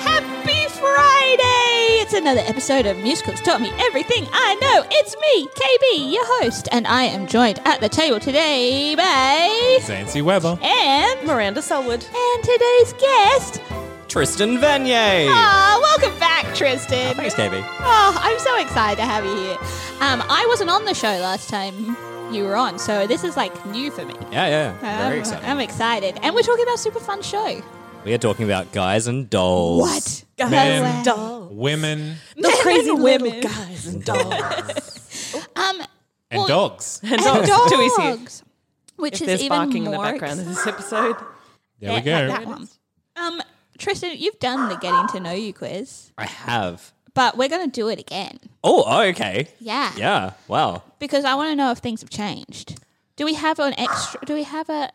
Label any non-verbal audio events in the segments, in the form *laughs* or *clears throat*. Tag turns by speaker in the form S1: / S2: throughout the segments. S1: Happy Friday! It's another episode of Musicals Taught Me Everything I Know. It's me, KB, your host, and I am joined at the table today by
S2: Zancy Weber.
S1: and
S3: Miranda Selwood.
S1: and today's guest.
S4: Tristan Venier.
S1: Ah, welcome back, Tristan.
S4: Thanks, KB.
S1: Oh, I'm so excited to have you here. Um, I wasn't on the show last time you were on, so this is like new for me.
S4: Yeah, yeah.
S1: Um,
S4: Very excited.
S1: I'm excited, and we're talking about a super fun show.
S4: We are talking about guys and dolls.
S1: What?
S2: Men.
S1: wow.
S3: Doll.
S2: Women
S3: Those crazy little
S1: women.
S3: guys and dolls.
S1: Um,
S2: and dogs.
S3: and
S1: and
S3: dogs. Too easy.
S1: dogs, Which
S3: If
S1: is
S3: there's
S1: even
S3: barking in the
S1: more
S3: background of this episode.
S2: There we
S1: Yeah,
S2: go.
S1: like that one. Um, Tristan, you've done the getting to know you quiz,
S4: I have.
S1: but we're going to do it again.
S4: Oh, oh, okay.
S1: Yeah.
S4: Yeah. Wow.
S1: Because I want to know if things have changed. Do we have an extra? Do we have a?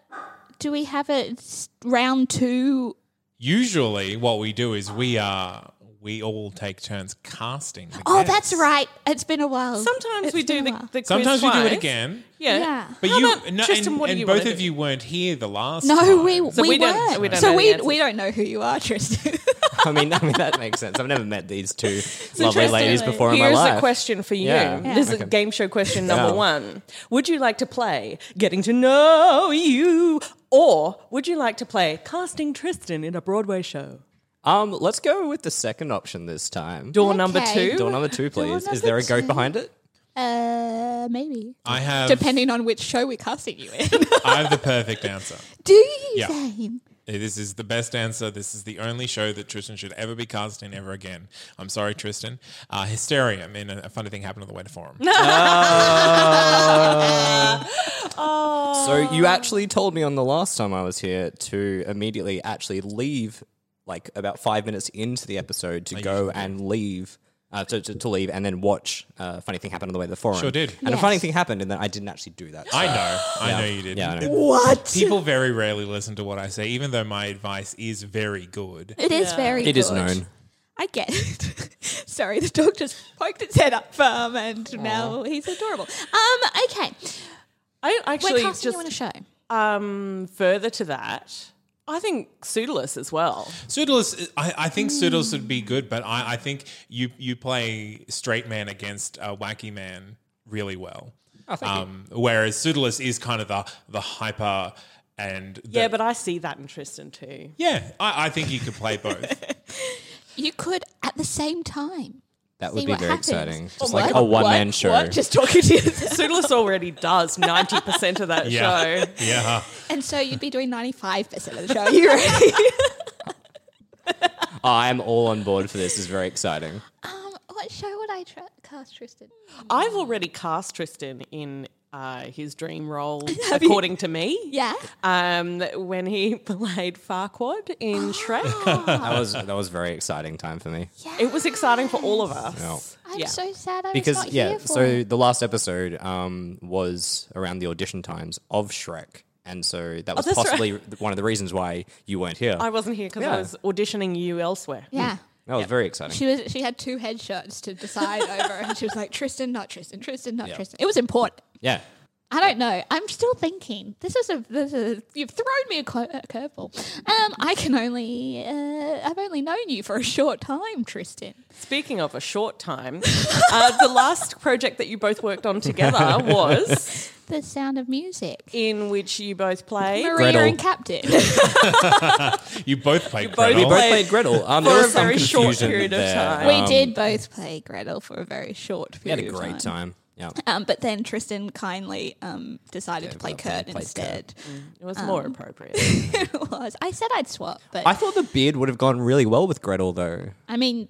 S1: Do we have a s- round two?
S2: Usually, what we do is we are we all take turns casting. the
S1: Oh,
S2: guests.
S1: that's right. It's been a while.
S3: Sometimes
S1: It's
S3: we do
S1: been a
S3: the,
S1: while.
S3: the quiz
S2: Sometimes we do it
S3: twice.
S2: again,
S3: Yeah.
S1: Yeah.
S2: but
S3: How
S2: you
S3: about-
S2: no,
S3: Tristan,
S2: and,
S3: what do
S2: and
S3: you
S2: both
S3: wanna
S2: of
S3: do?
S2: you weren't here the last.
S1: No,
S2: time.
S1: we we,
S3: Oh, we don't-
S1: weren't.
S3: we don't
S1: so
S3: know the
S1: we
S3: answer.
S1: we don't know who you are, Tristan. *laughs*
S4: I mean, I mean that makes sense. I've never met these two lovely
S1: interesting.
S4: ladies before in my
S3: Here's
S4: life.
S3: a question for you.
S4: Yeah. Yeah.
S3: This is game show question number
S4: Yeah.
S3: one. Would you like to play Getting to Know You? Or would you like to play Casting Tristan in a Broadway show?
S4: Um, let's go with the second option this time.
S3: Door number
S1: Okay.
S3: two.
S4: Door number two, please.
S1: number
S4: Is there a goat
S1: two.
S4: behind it?
S1: uh, maybe
S2: I
S3: Um,
S2: have
S1: depending on which show we're casting you
S3: *laughs*
S1: in.
S2: I have the perfect answer.
S1: do you,
S3: Uh,
S2: Yeah.
S1: Zane?
S2: This is the best answer. This is the only show that Tristan should ever be cast in ever again. I'm sorry, Tristan. Uh, Hysteria. I mean, a, a funny thing happened on the way to
S3: *laughs*
S2: forum.
S3: Uh,
S4: So
S1: Um,
S4: you actually told me on the last time I was here to immediately actually leave, like about five minutes into the episode,
S2: Oh,
S4: to go and leave. Uh, to, to, to leave and then watch uh, funny thing happened on the way to the forum.
S2: Sure did.
S4: And
S1: Yes.
S4: a funny thing happened, and then I didn't actually do that.
S2: I
S4: so-
S2: know. I know you did.
S4: Yeah, I know.
S1: What?
S2: People very rarely listen to what I say, even though my advice is very good.
S1: It is very.
S4: It is
S1: good.
S4: known.
S1: I get it. *laughs* Sorry, the dog just poked its head up um, and now he's adorable. Um, okay.
S3: I
S1: We're
S3: actually
S1: casting
S3: just
S1: you on a show.
S3: um, further to that. I think Pseudolus as well.
S2: Pseudolus, I, I think Pseudolus would be good, but I, I think you you play straight man against a wacky man really well. um, Whereas Pseudolus is kind of the the hyper and the,
S3: Yeah, but I see that in Tristan too.
S2: yeah, I, I think you could play both.
S1: You could at the same time.
S4: That
S1: See
S4: would be
S1: what
S4: very
S1: happens.
S4: exciting. Just
S1: What?
S4: like a one man
S1: What?
S4: show.
S1: What? Just talking to *laughs* yourself.
S3: Pseudolus already does 90% of that
S2: yeah,
S3: show.
S2: *laughs* yeah.
S1: and so you'd be doing ninety five percent of the show. *laughs* You're right.
S4: I'm all on board for this. It's
S1: *laughs*
S4: very exciting.
S1: um, what show would I tra- cast Tristan?
S3: I've already cast Tristan in uh, his dream
S1: *laughs*
S3: role, according to me.
S1: Yeah.
S3: Um, when he *laughs* played Farquaad
S1: *gasps*
S3: in Shrek,
S1: Ah.
S4: That was that was very exciting time for me.
S3: it was exciting for all of us.
S4: No.
S1: I'm
S3: Yeah.
S1: so sad I was
S4: because
S1: not
S4: yeah
S1: here for
S4: so
S1: it.
S4: the last episode um, was around the audition times of shrek and so
S1: Oh,
S4: that was
S3: that's right.
S4: possibly th- one of the reasons why you weren't here
S3: I wasn't here because I
S4: Yeah.
S3: was auditioning you elsewhere.
S1: Yeah.
S4: that was very exciting
S1: She was. She had two headshots to decide over, and she was like, "Tristan, not Tristan. Tristan, not Tristan." It was important.
S4: yeah
S1: I don't know. I'm still thinking. This is a, this is a you've thrown me a, cu- a curveball. Um, I can only uh, I've only known you for a short time, Tristan.
S3: Speaking of a short time,
S1: *laughs*
S3: uh, the last project that you both worked
S4: *laughs*
S3: on together was
S1: The Sound of Music,
S3: in which you both played.
S1: Maria
S4: Gretel.
S1: and Captain. *laughs*
S2: You both played
S3: both
S4: We
S2: Gretel.
S4: both played Gretel. Um, there
S3: for a
S4: was some
S3: very short
S4: confusion
S3: period of
S4: there.
S3: time.
S1: we
S4: Um,
S1: did both play Gretel for a very short
S4: We had
S1: period.
S4: a great
S1: of
S4: time. Yeah.
S1: Um, but then Tristan kindly um, decided to play Kurt instead.
S4: Mm.
S3: It
S1: um,
S3: was more appropriate.
S1: *laughs* it was. I said I'd swap, but
S4: I thought the beard would have gone really well with Gretel, though.
S1: I mean,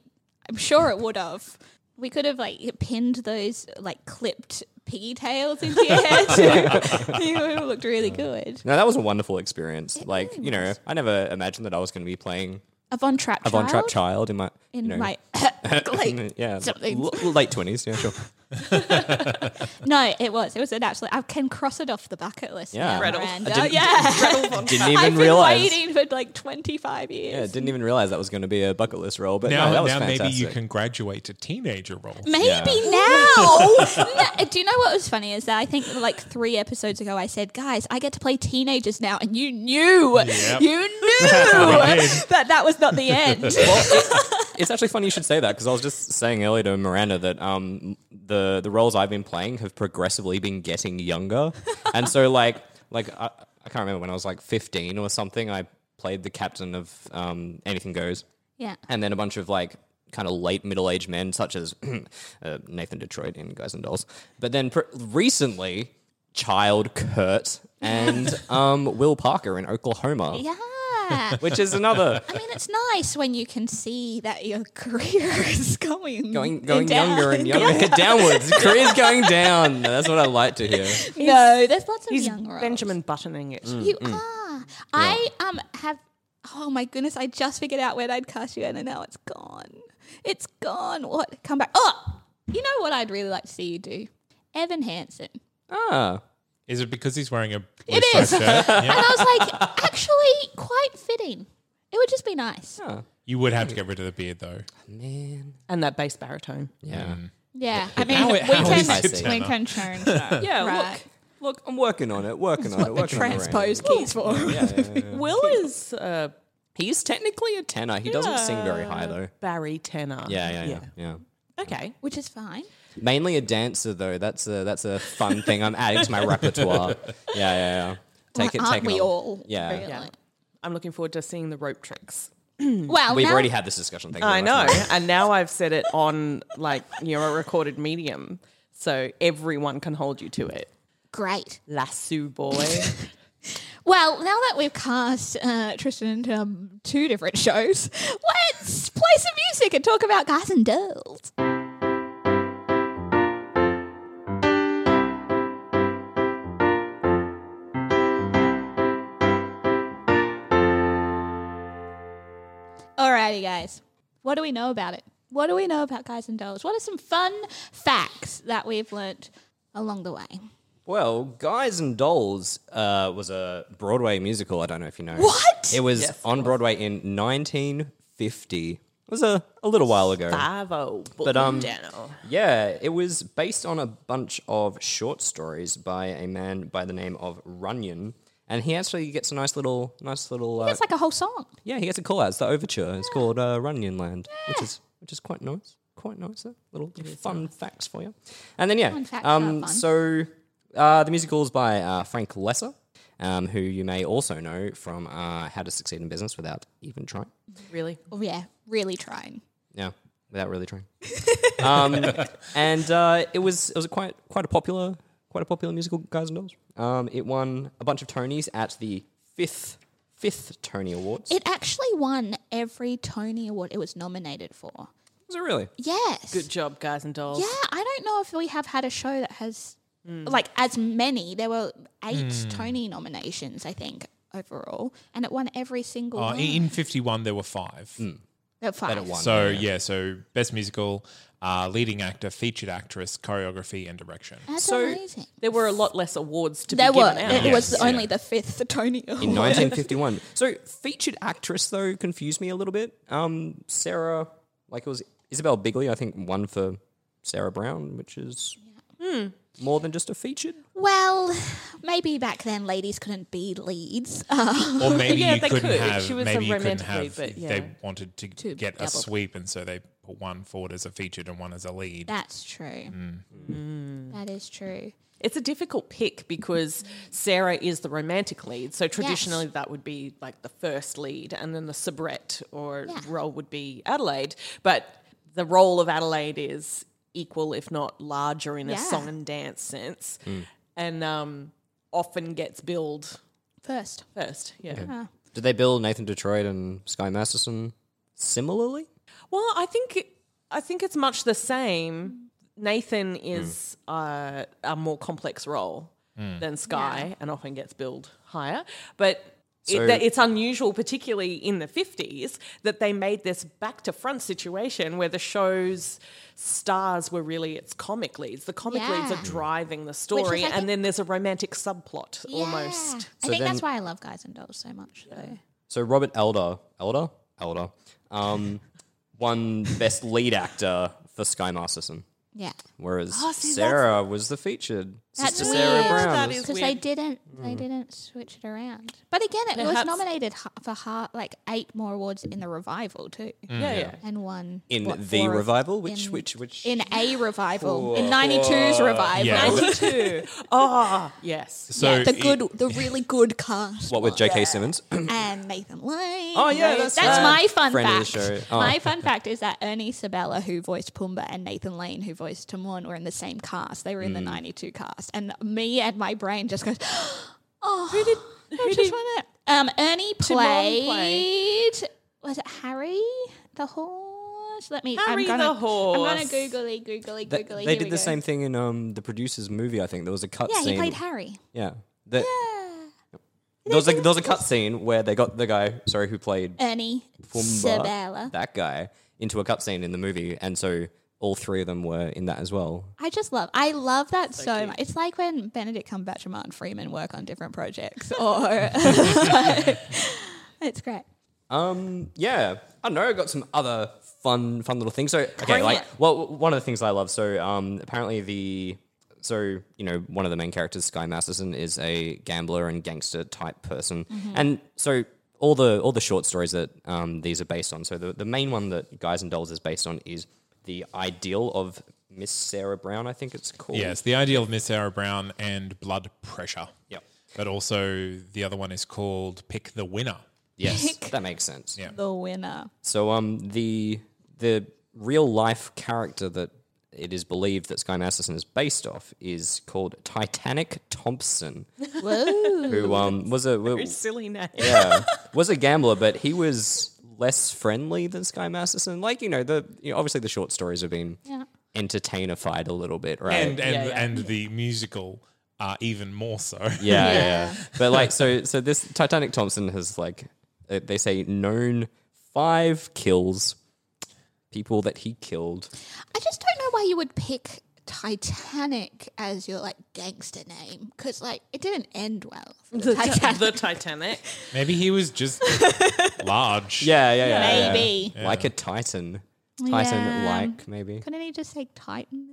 S1: I'm sure it would have. We could have like pinned those like clipped pigtails into your
S4: *laughs*
S1: hair too. *laughs* it would have looked really good.
S4: No, that was a wonderful experience. like, you know, I never imagined that I was going to be playing
S1: A Von Trapp
S4: a Von Trapp
S1: child
S4: child in my,
S1: in
S4: you know, *laughs*
S1: my like
S4: yeah,
S1: something.
S4: l- late twenties. Yeah, sure.
S1: *laughs* No, it was. It was an absolute. I can cross it off the bucket list.
S4: Yeah.
S1: now,
S4: Gretel.
S1: Miranda.
S4: *laughs* I didn't-
S1: yeah. *laughs*
S4: Didn't
S1: I've
S4: even
S1: been
S4: realize.
S1: waiting for like 25 years.
S4: Yeah, didn't even realize that was going to be a bucket list role. But
S2: Now,
S4: no, that was
S2: now
S4: fantastic.
S2: maybe you can graduate to teenager role.
S1: Maybe
S4: Yeah. *laughs*
S1: now. No, do you know what was funny is that I think like three episodes ago I said, guys, I get to play teenagers now, and you knew, you
S4: *laughs*
S1: knew that that was not the end.
S4: It's actually funny you should say that because I was just saying earlier to Miranda that um the the roles I've been playing have progressively been getting younger,
S2: *laughs*
S4: and so like like I, I can't remember when I was like fifteen or something. I played the captain of um Anything Goes.
S1: yeah,
S4: and then a bunch of like kind of late middle-aged men such as *clears throat* uh, nathan detroit in guys and dolls but then pr- recently child kurt
S2: *laughs*
S4: and um, will parker in oklahoma
S1: yeah.
S4: which
S1: *laughs*
S4: is another
S1: I mean, it's nice when you can see that your *laughs* career is going *laughs*
S4: going going
S1: down.
S4: younger and younger downwards career's going down that's what i like to hear
S1: *laughs* No, there's lots of
S3: He's
S1: young roles.
S3: Benjamin buttoning it.
S4: Mm.
S1: You are. I um have. Oh my goodness! I just figured out where I'd cast you, in and now it's gone. It's gone. What? Come back. Oh, you know what? I'd really like to see you do, Evan Hansen.
S4: ah
S2: Is it because he's wearing a blue
S1: It
S2: striped
S1: is.
S2: shirt?
S1: And
S2: Yeah.
S1: I was *laughs* like, actually, quite fitting. It would just be nice.
S2: You would have to get rid of the beard though.
S4: man
S3: And that bass baritone.
S4: yeah
S1: Yeah, I mean,
S2: How-
S1: we,
S2: how
S1: can,
S2: is
S4: it
S1: we can change that.
S3: Yeah,
S1: Right.
S4: look i'm working on it working on
S1: *laughs*
S4: it
S1: The
S4: working on it
S1: transpose keys for.
S3: look. Will is uh,
S4: he's technically a tenor he doesn't sing very high though
S3: Barry Tenor.
S4: yeah yeah yeah, yeah.
S3: Okay.
S1: *laughs* Which is fine.
S4: Mainly a dancer though. That's a that's a fun thing I'm adding to
S1: *laughs*
S4: my repertoire. Yeah, yeah, yeah. Take
S1: Aren't we
S4: on.
S1: all?
S4: Yeah.
S1: really?
S3: Yeah. I'm looking forward to seeing the rope tricks.
S1: Well,
S4: We've
S1: now-
S4: already had this discussion. Thank you
S3: I
S4: very
S3: know.
S4: much.
S3: and now I've said it on like you know a recorded medium, so everyone can hold you to it.
S1: great.
S3: Lasso
S4: *laughs*
S3: boy.
S1: Well, now that we've cast uh, Tristan into um, two different shows, *laughs* let's play some music and talk about guys and dolls. Alrighty, guys. What do we know about it? What do we know about guys and dolls? What are some fun facts that we've learnt along the way?
S4: Well, Guys and Dolls uh, was a Broadway musical. I don't know if you know.
S1: What?
S4: It was on Broadway in 1950. It was a, a little while ago.
S3: Bravo.
S4: But um, yeah, it was based on a bunch of short stories by a man by the name of Runyon, and he actually gets a nice little, nice little. Uh,
S1: It's like a whole song.
S4: Yeah, he gets a call out. It's the overture. It's called uh, Runyon Land, which is which is quite nice. Quite nice. Though. Little fun facts for you. And then yeah,
S1: facts are
S4: um,
S1: fun.
S4: so uh, the musical is by uh, Frank Lesser, um, who you may also know from uh, How to Succeed in Business Without Even Trying.
S3: Really?
S1: Oh, yeah, really trying.
S4: Yeah, without
S1: *laughs*
S4: really trying. um, and uh, it was it was a quite quite a popular quite a popular musical, guys and dolls. Um, it won a bunch of Tonys at the fifth fifth Tony Awards.
S1: It actually won every Tony Award it was nominated for.
S4: was it really?
S1: Yes.
S3: Good job, guys and dolls.
S1: Yeah, I don't know if we have had a show that has
S3: Mm.
S1: like as many. There were eight Tony nominations, I think, overall, and it won every single
S3: Oh,
S2: Uh,
S1: one.
S2: in
S3: Ah.
S2: fifty-one, there were five.
S4: Mm.
S1: Uh, five.
S4: it won.
S2: So yeah, so best musical, uh, leading actor, featured actress, choreography, and direction.
S1: That's
S3: So-
S1: amazing.
S3: There were a lot less awards to
S1: There
S3: be
S1: were.
S3: given
S1: It
S3: out.
S2: Yeah.
S1: was
S2: Yes,
S1: only
S2: yeah.
S1: the fifth Tony
S4: *laughs*
S1: Award.
S4: in 1951. so featured actress though confused me a little bit. Um, Sarah, like it was Isabel Bigley, I think, won for Sarah Brown, which is
S1: Hmm.
S4: more than just a featured.
S1: *laughs* Well, maybe back then ladies couldn't be leads. *laughs*
S2: Or maybe
S3: *laughs* Yeah,
S2: you
S3: they
S2: couldn't
S3: could.
S2: have.
S3: She was
S2: maybe
S3: a
S2: you couldn't
S3: romantic lead,
S2: have.
S3: but yeah.
S2: They wanted to,
S1: To
S2: get a
S1: double.
S2: sweep, and so they put one forward as a featured and one as a lead.
S3: Ah.
S1: That's true.
S3: Mm.
S1: That is true.
S3: It's a difficult pick because Sarah is the romantic lead. So traditionally, that would be like the first lead, and then the soubrette or
S1: Yeah.
S3: role would be Adelaide. But the role of Adelaide is equal, if not larger, in a
S1: Yeah.
S3: song and dance sense, and um, often gets billed
S1: First.
S3: first. Yeah.
S4: Did they build Nathan Detroit and Sky Masterson similarly?
S3: Well, I think I think it's much the same. Nathan is
S4: Hmm.
S3: uh, a more complex role than Sky, and often gets billed higher. But
S4: So-
S3: it, that it's unusual, particularly in the fifties, that they made this back to front situation where the show's stars were really its comic leads. The comic leads
S4: Hmm.
S1: Yeah.
S3: are driving the story,
S1: I
S3: and
S1: think-
S3: then there's a romantic subplot
S1: Yeah.
S3: almost.
S1: I
S4: So
S1: think that's
S4: then-
S1: why I love Guys and Dolls so much. Though.
S4: So Robert Elder, Elder, Elder, *laughs* um, won Best Lead Actor for Sky Masterson,
S1: Yeah.
S4: whereas
S3: see, that's-
S4: Sarah was the featured.
S1: Oh, That's
S4: Sister
S1: weird.
S4: Sarah Brown.
S3: That
S4: was-
S3: is
S1: Because they
S3: weird.
S1: didn't, they didn't switch it around. But again, it was
S3: Perhaps-
S1: nominated ha- for ha- like eight more awards in the revival too,
S4: Hmm.
S3: Yeah, yeah.
S1: and one
S4: in
S1: what,
S4: the
S1: four of-
S4: revival, which
S1: in-
S4: which which *laughs*
S1: in a revival, in '92's revival,
S2: Yeah.
S1: *laughs*
S3: Two. Ah, yes.
S2: So
S1: the
S2: it-
S1: good, the really good cast. *laughs*
S4: what with J.K. Simmons.
S1: and Nathan Lane.
S4: Oh, yeah, that's right.
S1: my fun
S4: Friend of the
S1: fact.
S4: show. Oh. *laughs*
S1: My fun fact is that Ernie Sabella, who voiced Pumbaa, and Nathan Lane, who voiced Timon, were in the same cast. They were in
S4: Mm.
S1: the '92 cast, and me and my brain just goes, *gasps* "Oh, who did? Who just won it?" Um, Ernie played,
S3: played-
S1: Was it Harry the horse? Let me.
S3: Harry
S1: I'm gonna,
S3: the
S1: I'm gonna
S3: horse.
S1: googly googly
S4: They,
S1: googly.
S4: they
S1: Here
S4: did
S1: we
S4: the
S1: go.
S4: same thing in um, the producer's movie. I think there was a cut
S1: Yeah,
S4: scene.
S1: he played Harry.
S4: Yeah. The, There was, a, there was a cut scene where they got the guy, sorry, who played
S1: Ernie
S4: Pumbaa,
S1: Sabella.
S4: that guy, into a cut scene in the movie, and so all three of them were in that as well.
S1: I just love. I love that so much. It's like when Benedict Cumberbatch and Martin Freeman work on different projects, or *laughs* it's great.
S4: Um, yeah, I don't know. Got some other fun, fun little things. So okay, like well, one of the things I love. So um, apparently the so you know one of the main characters, Sky Masterson, is a gambler and gangster type person, and so. All the all the short stories that um, these are based on. So the, the main one that Guys and Dolls is based on is the ideal of Miss Sarah Brown. I think it's called.
S2: Yes, the ideal of Miss Sarah Brown and blood pressure.
S4: Yep.
S2: But also the other one is called Pick the Winner.
S4: *laughs* Yes, that makes sense. Yeah.
S1: The winner.
S4: So um the the real life character that it is believed that Sky Masterson is based off is called Titanic Thompson,
S1: Whoa. *laughs*
S4: who um was a wa-
S3: Silly name.
S4: yeah, was a gambler, but he was less friendly than Sky Masterson. Like you know the you know, obviously the short stories have been
S1: Yeah.
S4: entertainified a little bit, right?
S2: And and,
S3: Yeah, yeah.
S2: and the musical uh, even more so.
S4: yeah, yeah. yeah. But like, so so this Titanic Thompson has like, uh, they say known five kills, people that he killed.
S1: I just don't know why you would pick Titanic as your like gangster name because like it didn't end well. for the Titanic.
S3: *laughs* the Titanic.
S2: *laughs* Maybe he was just
S3: *laughs*
S2: large.
S4: Yeah, yeah, yeah. yeah,
S1: Maybe.
S4: yeah. Like a Titan. Titan like, maybe.
S1: Couldn't he just say Titan?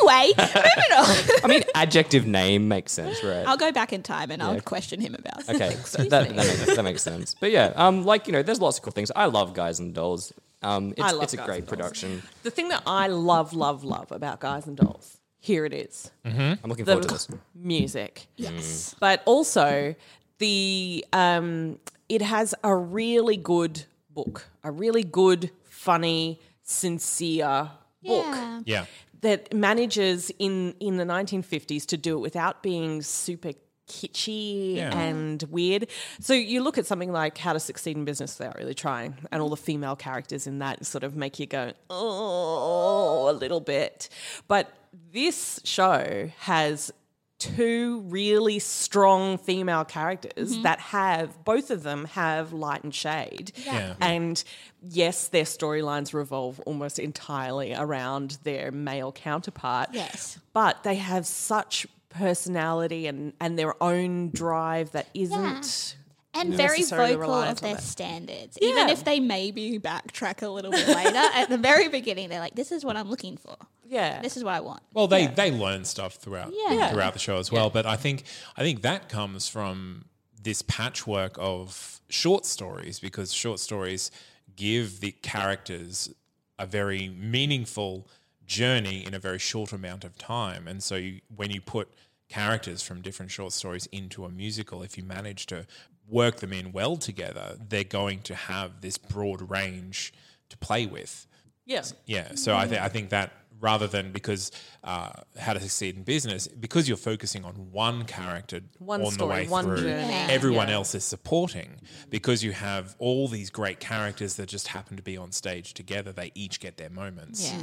S1: Anyway, *laughs* moving on.
S4: I mean, adjective name makes sense, right?
S1: I'll go back in time and I'll question him about. it.
S4: Okay, so that, that, makes, that makes sense. But yeah, um, like, you know, there's lots of cool things. I love Guys and Dolls. Um, it's,
S3: I love
S4: it's a
S3: Guys
S4: great
S3: and Dolls.
S4: production.
S3: The thing that I love, love, love about Guys and Dolls, here it is
S4: I'm looking
S3: the
S4: forward to this.
S3: music.
S1: Yes.
S3: But also, the um, it has a really good book, a really good, funny, sincere book
S1: Yeah.
S2: Yeah.
S3: that manages in in the 1950s to do it without being super kitschy and weird. So you look at something like How to Succeed in Business Without Really Trying, and all the female characters in that sort of make you go oh a little bit. But this show has two really strong female characters that have both of them have light and shade
S2: Yeah.
S3: and yes their storylines revolve almost entirely around their male counterpart
S1: Yes.
S3: but they have such personality and and their own drive that isn't
S1: and very
S3: necessarily
S1: vocal
S3: reliant
S1: of
S3: on
S1: their
S3: it.
S1: standards. Even if they maybe backtrack a little bit later, at the very beginning, they're like, "This is what I'm looking for.
S3: Yeah.
S1: This is what I want."
S2: Well, they they learn stuff throughout
S1: Yeah.
S2: throughout the show as well. But I think I think that comes from this patchwork of short stories because short stories give the characters a very meaningful journey in a very short amount of time, and so you, when you put characters from different short stories into a musical, if you manage to work them in well together, they're going to have this broad range to play with.
S3: Yes.
S2: Yeah. So I, th- I think that rather than because uh, how to succeed in business, because you're focusing on one character
S3: One
S2: on
S3: story,
S2: the way
S3: one
S2: through,
S3: journey. Yeah.
S2: everyone else is supporting because you have all these great characters that just happen to be on stage together. They each get their moments.
S1: Yeah,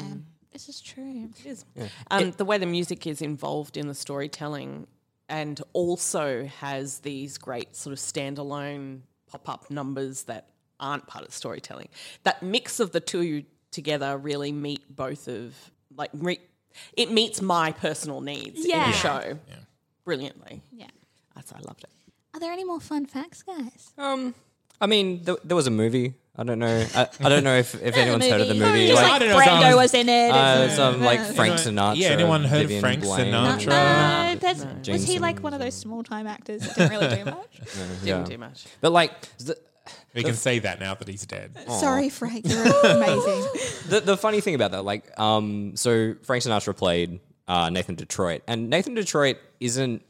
S1: this is true.
S3: Um, the way the music is involved in the storytelling and also has these great sort of standalone pop up numbers that aren't part of storytelling. That mix of the two together really meet both of, like, re- it meets my personal needs in
S1: Yeah.
S3: the show brilliantly.
S1: Yeah.
S3: That's, I loved it.
S1: Are there any more fun facts, guys?
S4: Um, I mean, there, there was a movie. I don't know. I, I don't know if, if anyone's heard of the movie.
S1: Just
S2: like-
S1: like
S2: I don't know,
S1: Brando
S2: some-
S1: was in it.
S4: uh,
S1: and-
S4: some like Frank Sinatra.
S2: yeah, anyone heard of
S4: Vivian
S2: Frank
S4: Blaine.
S2: Sinatra?
S1: no, uh, that's, was
S4: James
S1: he like one of those small time actors that didn't really do *laughs* much?
S3: Didn't do much.
S4: But like the,
S2: We can say that now that he's dead.
S1: *laughs* Sorry, Frank, you're *laughs* amazing.
S4: the the funny thing about that, like, um, so Frank Sinatra played uh, Nathan Detroit, and Nathan Detroit isn't.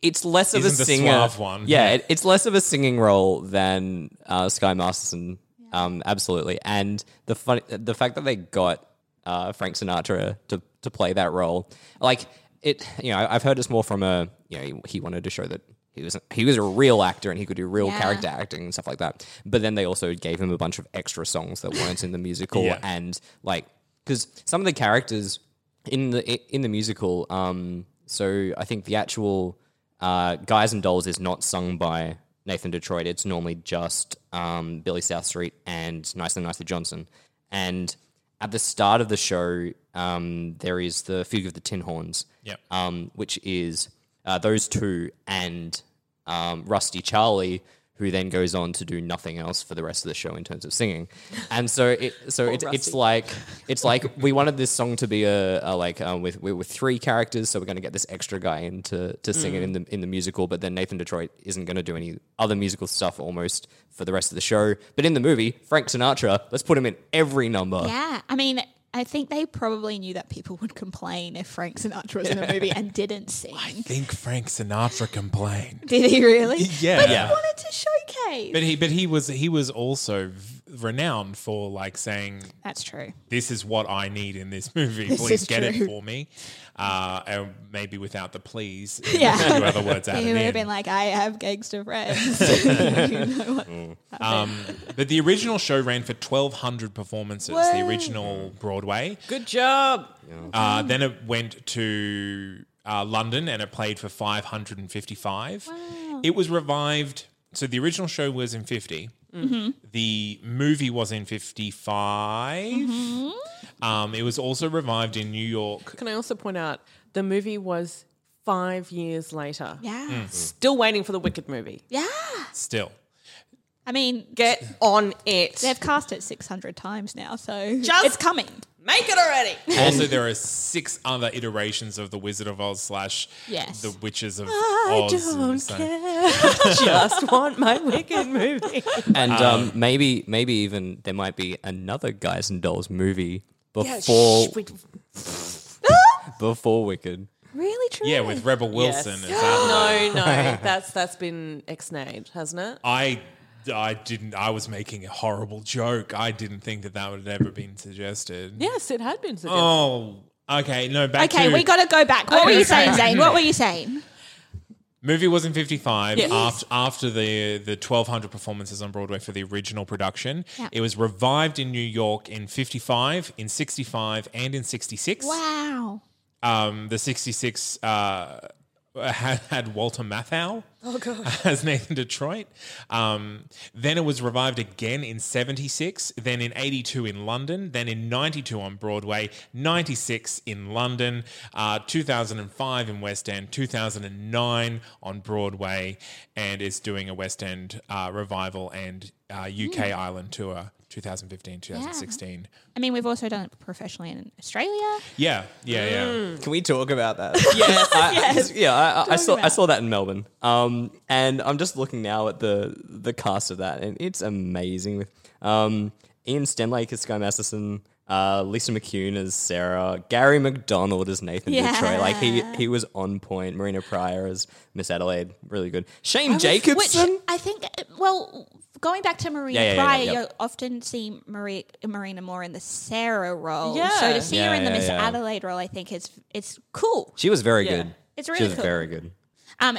S4: It's less of
S2: Isn't
S4: a
S2: the
S4: singer.
S2: suave one.
S4: Yeah, it, it's less of a singing role than uh, Sky Masterson. Um, absolutely, and the funny, the fact that they got uh, Frank Sinatra to to play that role, like it. You know, I- I've heard it's more from a you know he, he wanted to show that. He was, he was a real actor and he could do real character acting and stuff like that. But then they also gave him a bunch of extra songs that weren't in the musical
S2: Yeah.
S4: and like because some of the characters in the in the musical um so i think the actual uh guys and dolls is not sung by nathan detroit it's normally just um billy Southstreet and nicely nicely johnson and at the start of the show um there is the fugue of the tin horns
S2: Yep.
S4: um which is uh, those two and um, Rusty Charlie, who then goes on to do nothing else for the rest of the show in terms of singing. And so it so it, it's like it's like we wanted this song to be a, a like um, with with with three characters, so we're going to get this extra guy in to, to sing it in the in the musical. But then Nathan Detroit isn't going to do any other musical stuff almost for the rest of the show. But in the movie, Frank Sinatra, let's put him in every number.
S1: Yeah, I mean, I think they probably knew that people would complain if Frank Sinatra was in a movie and didn't sing.
S2: Think Frank Sinatra complained.
S1: Did he really?
S2: Yeah.
S1: but
S2: Yeah.
S1: he wanted to showcase.
S2: But he, but he was, he was also v- renowned for like saying
S1: That's true.
S2: this is what I need in this *laughs* movie.
S1: is
S2: Please get
S1: true.
S2: it for me. Uh, and maybe without
S1: *laughs*
S2: the please,
S1: Yeah.
S2: yeah. a few other words added
S1: He would
S2: in.
S1: have been like, "I have gangster *laughs* friends." You know what?
S2: um, but the original show ran for 1,200 performances, the original Broadway.
S3: Good job.
S2: Uh, then it went to uh, London and it played for 555. It was revived. So the original show was in 50.
S1: Mm-hmm.
S2: The movie was in 55.
S1: Mm-hmm.
S2: Um, it was also revived in New York.
S3: Can I also point out the movie was five years later?
S1: yeah,
S3: Still waiting for the Wicked movie.
S1: yeah.
S2: Still,
S1: I mean,
S3: Get on it.
S1: they've cast it six hundred times now, so
S3: Just-
S1: it's coming.
S3: Make it already.
S2: Also, there are six other iterations of the Wizard of Oz slash
S1: Yes.
S2: the Witches of
S3: I
S2: Oz.
S3: don't
S2: So-
S3: care. *laughs* Just want my wicked movie.
S4: And um, maybe maybe even there might be another Guys and Dolls movie before before Wicked.
S1: Really true.
S2: Yeah, with Rebel Wilson.
S3: Yes.
S2: and Zadie.
S3: *gasps* No, no, that's that's been ex-nayed, hasn't it?
S2: I, I didn't. I was making a horrible joke. I didn't think that that would have ever been suggested.
S3: Yes, it had been. suggested.
S2: Oh, okay. No, back
S1: Okay,
S2: to
S1: we got to go back. What were you saying, Zane? What were you saying?
S2: movie was in fifty five.
S3: Yes.
S2: After after the the twelve hundred performances on Broadway for the original production,
S1: Yeah.
S2: it was revived in New York in fifty five, in sixty five, and in sixty six.
S1: Wow.
S2: um, the 66 uh, *laughs* had, had Walter Matthau *laughs* as Nathan Detroit. Um, then it was revived again in 76, then in 82 in London, then in 92 on Broadway, 96 in London, uh, 2005 in West End, 2009 on Broadway, and it's doing a West End uh, revival and uh, UK Island tour 2015, 2016.
S1: I mean, we've also done it professionally in Australia.
S2: Yeah, yeah, yeah.
S4: Can we talk about that? *laughs*
S1: *laughs*
S4: yes, I, yeah. I- I, I saw I saw that in Melbourne. Um, and I'm just looking now at the the cast of that, and it's amazing. With um, Ian Stenlake as Sky Masterson, uh, Lisa McCune as Sarah, Gary McDonald as Nathan
S1: Yeah.
S4: Detroit. Like he he was on point. Marina Pryor as Miss Adelaide, really good. Shane Jacobson.
S1: Which I think, well, going back to Maria
S4: Yeah, yeah, yeah,
S1: Pryor,
S4: yeah.
S1: you often see Maria, Marina more in the Sarah role.
S3: Yeah.
S1: So to see her
S4: Yeah,
S1: in the
S4: yeah,
S1: Miss
S4: yeah.
S1: Adelaide role, I think it's it's cool.
S4: she was very
S3: Yeah.
S4: good.
S1: It's
S4: she
S1: really
S4: was
S1: cool.
S4: very good.
S1: Um,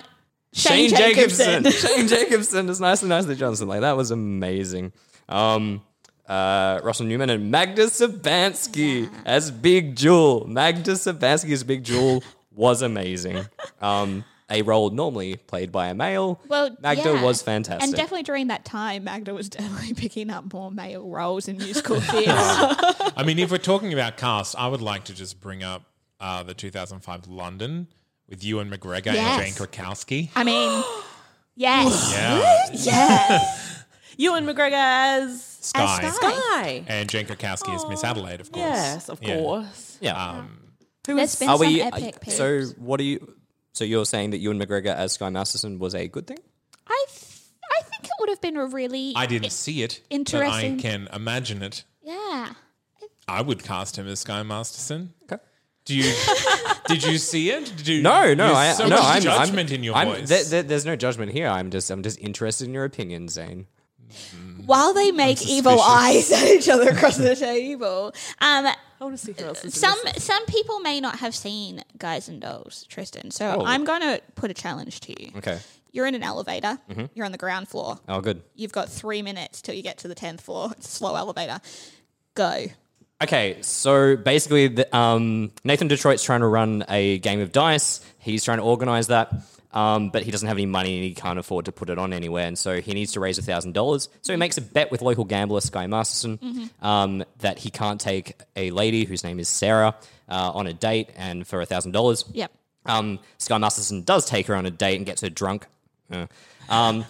S1: Shane, Jacobson.
S4: Shane Jacobson *laughs* is nice and nicely Johnson. Like that was amazing. Um, uh, Russell Newman and Magda Sabansky as Big Jewel. Magda Sabansky as Big Jewel was amazing. Um, a role normally played by a male.
S1: Well,
S4: Magda
S1: yeah.
S4: was fantastic.
S1: And definitely during that time, Magda was *laughs* definitely picking up more male roles in musical theatre.
S2: I mean, if we're talking about cast, I would like to just bring up uh, the 2005 London with Ewan McGregor
S1: Yes.
S2: and Jane Krakowski.
S1: I mean, yes,
S2: Yeah,
S1: yes.
S3: Ewan McGregor as
S2: Sky.
S1: As Sky. Oh,
S3: Guy.
S2: And Jane Krakowski is Miss Adelaide, of course.
S3: Yes, of
S2: Yeah.
S3: course.
S4: yeah.
S3: Who
S1: There's
S3: is-
S1: been
S4: Are
S1: some
S4: we?
S1: epic picks.
S4: so what are you? So you're saying that Ewan McGregor as Sky Masterson was a good thing?
S1: I, th- I think it would have been a really
S2: I didn't see it,
S1: Interesting.
S2: but I can imagine it.
S1: yeah.
S2: I would cast him as Sky Masterson. Do you? did you see it? Did you,
S4: No, no,
S2: there's
S4: I,
S2: so
S4: no.
S2: much
S4: I'm,
S2: judgment
S4: I'm,
S2: in your
S4: I'm-
S2: voice.
S4: there- there- there's no judgment here. I'm just, I'm just interested in your opinion, Zane.
S1: While they make evil eyes at each other across the table, um,
S3: I want to see who else is in
S1: some
S3: this.
S1: some people may not have seen Guys and Dolls, Tristan. So
S4: Oh.
S1: I'm going to put a challenge to you.
S4: Okay.
S1: You're in an elevator. You're on the ground floor.
S4: Oh, good.
S1: You've got three minutes till you get to the tenth floor. It's a slow elevator. Go.
S4: Okay, so basically, the, um, Nathan Detroit's trying to run a game of dice. He's trying to organize that, um, but he doesn't have any money and he can't afford to put it on anywhere. And so he needs to raise thousand dollars. So he makes a bet with local gambler Sky Masterson um, that he can't take a lady whose name is Sarah uh, on a date, and for thousand dollars.
S1: Yep.
S4: Um, Sky Masterson does take her on a date and gets her drunk. Uh, Um,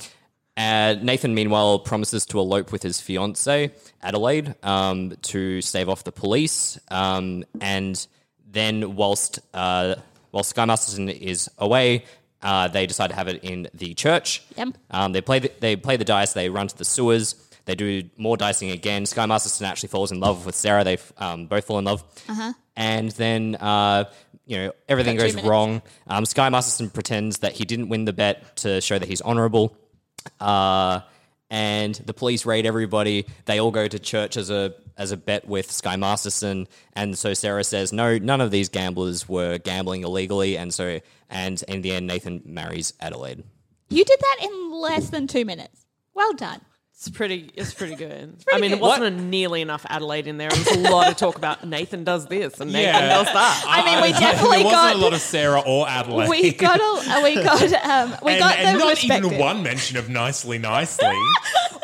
S4: uh, Nathan, meanwhile, promises to elope with his fiancee, Adelaide, um, to stave off the police. Um, and then, whilst uh, while Sky Masterson is away, uh, they decide to have it in the church.
S1: Yep.
S4: Um, they play the, they play the dice. They run to the sewers. They do more dicing again. Sky Masterson actually falls in love with Sarah. They um, both fall in love. Uh-huh. And then uh, you know everything goes wrong. Um, Sky Masterson pretends that he didn't win the bet to show that he's honourable. Uh, and the police raid everybody. They all go to church as a as a bet with Sky Masterson. And so Sarah says, no, none of these gamblers were gambling illegally. And so and in the end, Nathan marries Adelaide.
S1: You did that in less than two minutes. Well done.
S3: It's pretty. *laughs* It's pretty good. I
S1: pretty
S3: mean,
S1: good.
S3: it wasn't a nearly enough Adelaide in there. It was a lot of talk about Nathan does this and Nathan
S2: Yeah.
S3: does that.
S1: I mean, we definitely
S2: there wasn't
S1: got
S2: a lot of Sarah or Adelaide.
S1: we got a, we got um, we
S2: and,
S1: got
S2: and
S1: the
S2: not
S1: respective.
S2: even one mention of
S1: *laughs*
S2: nicely, nicely.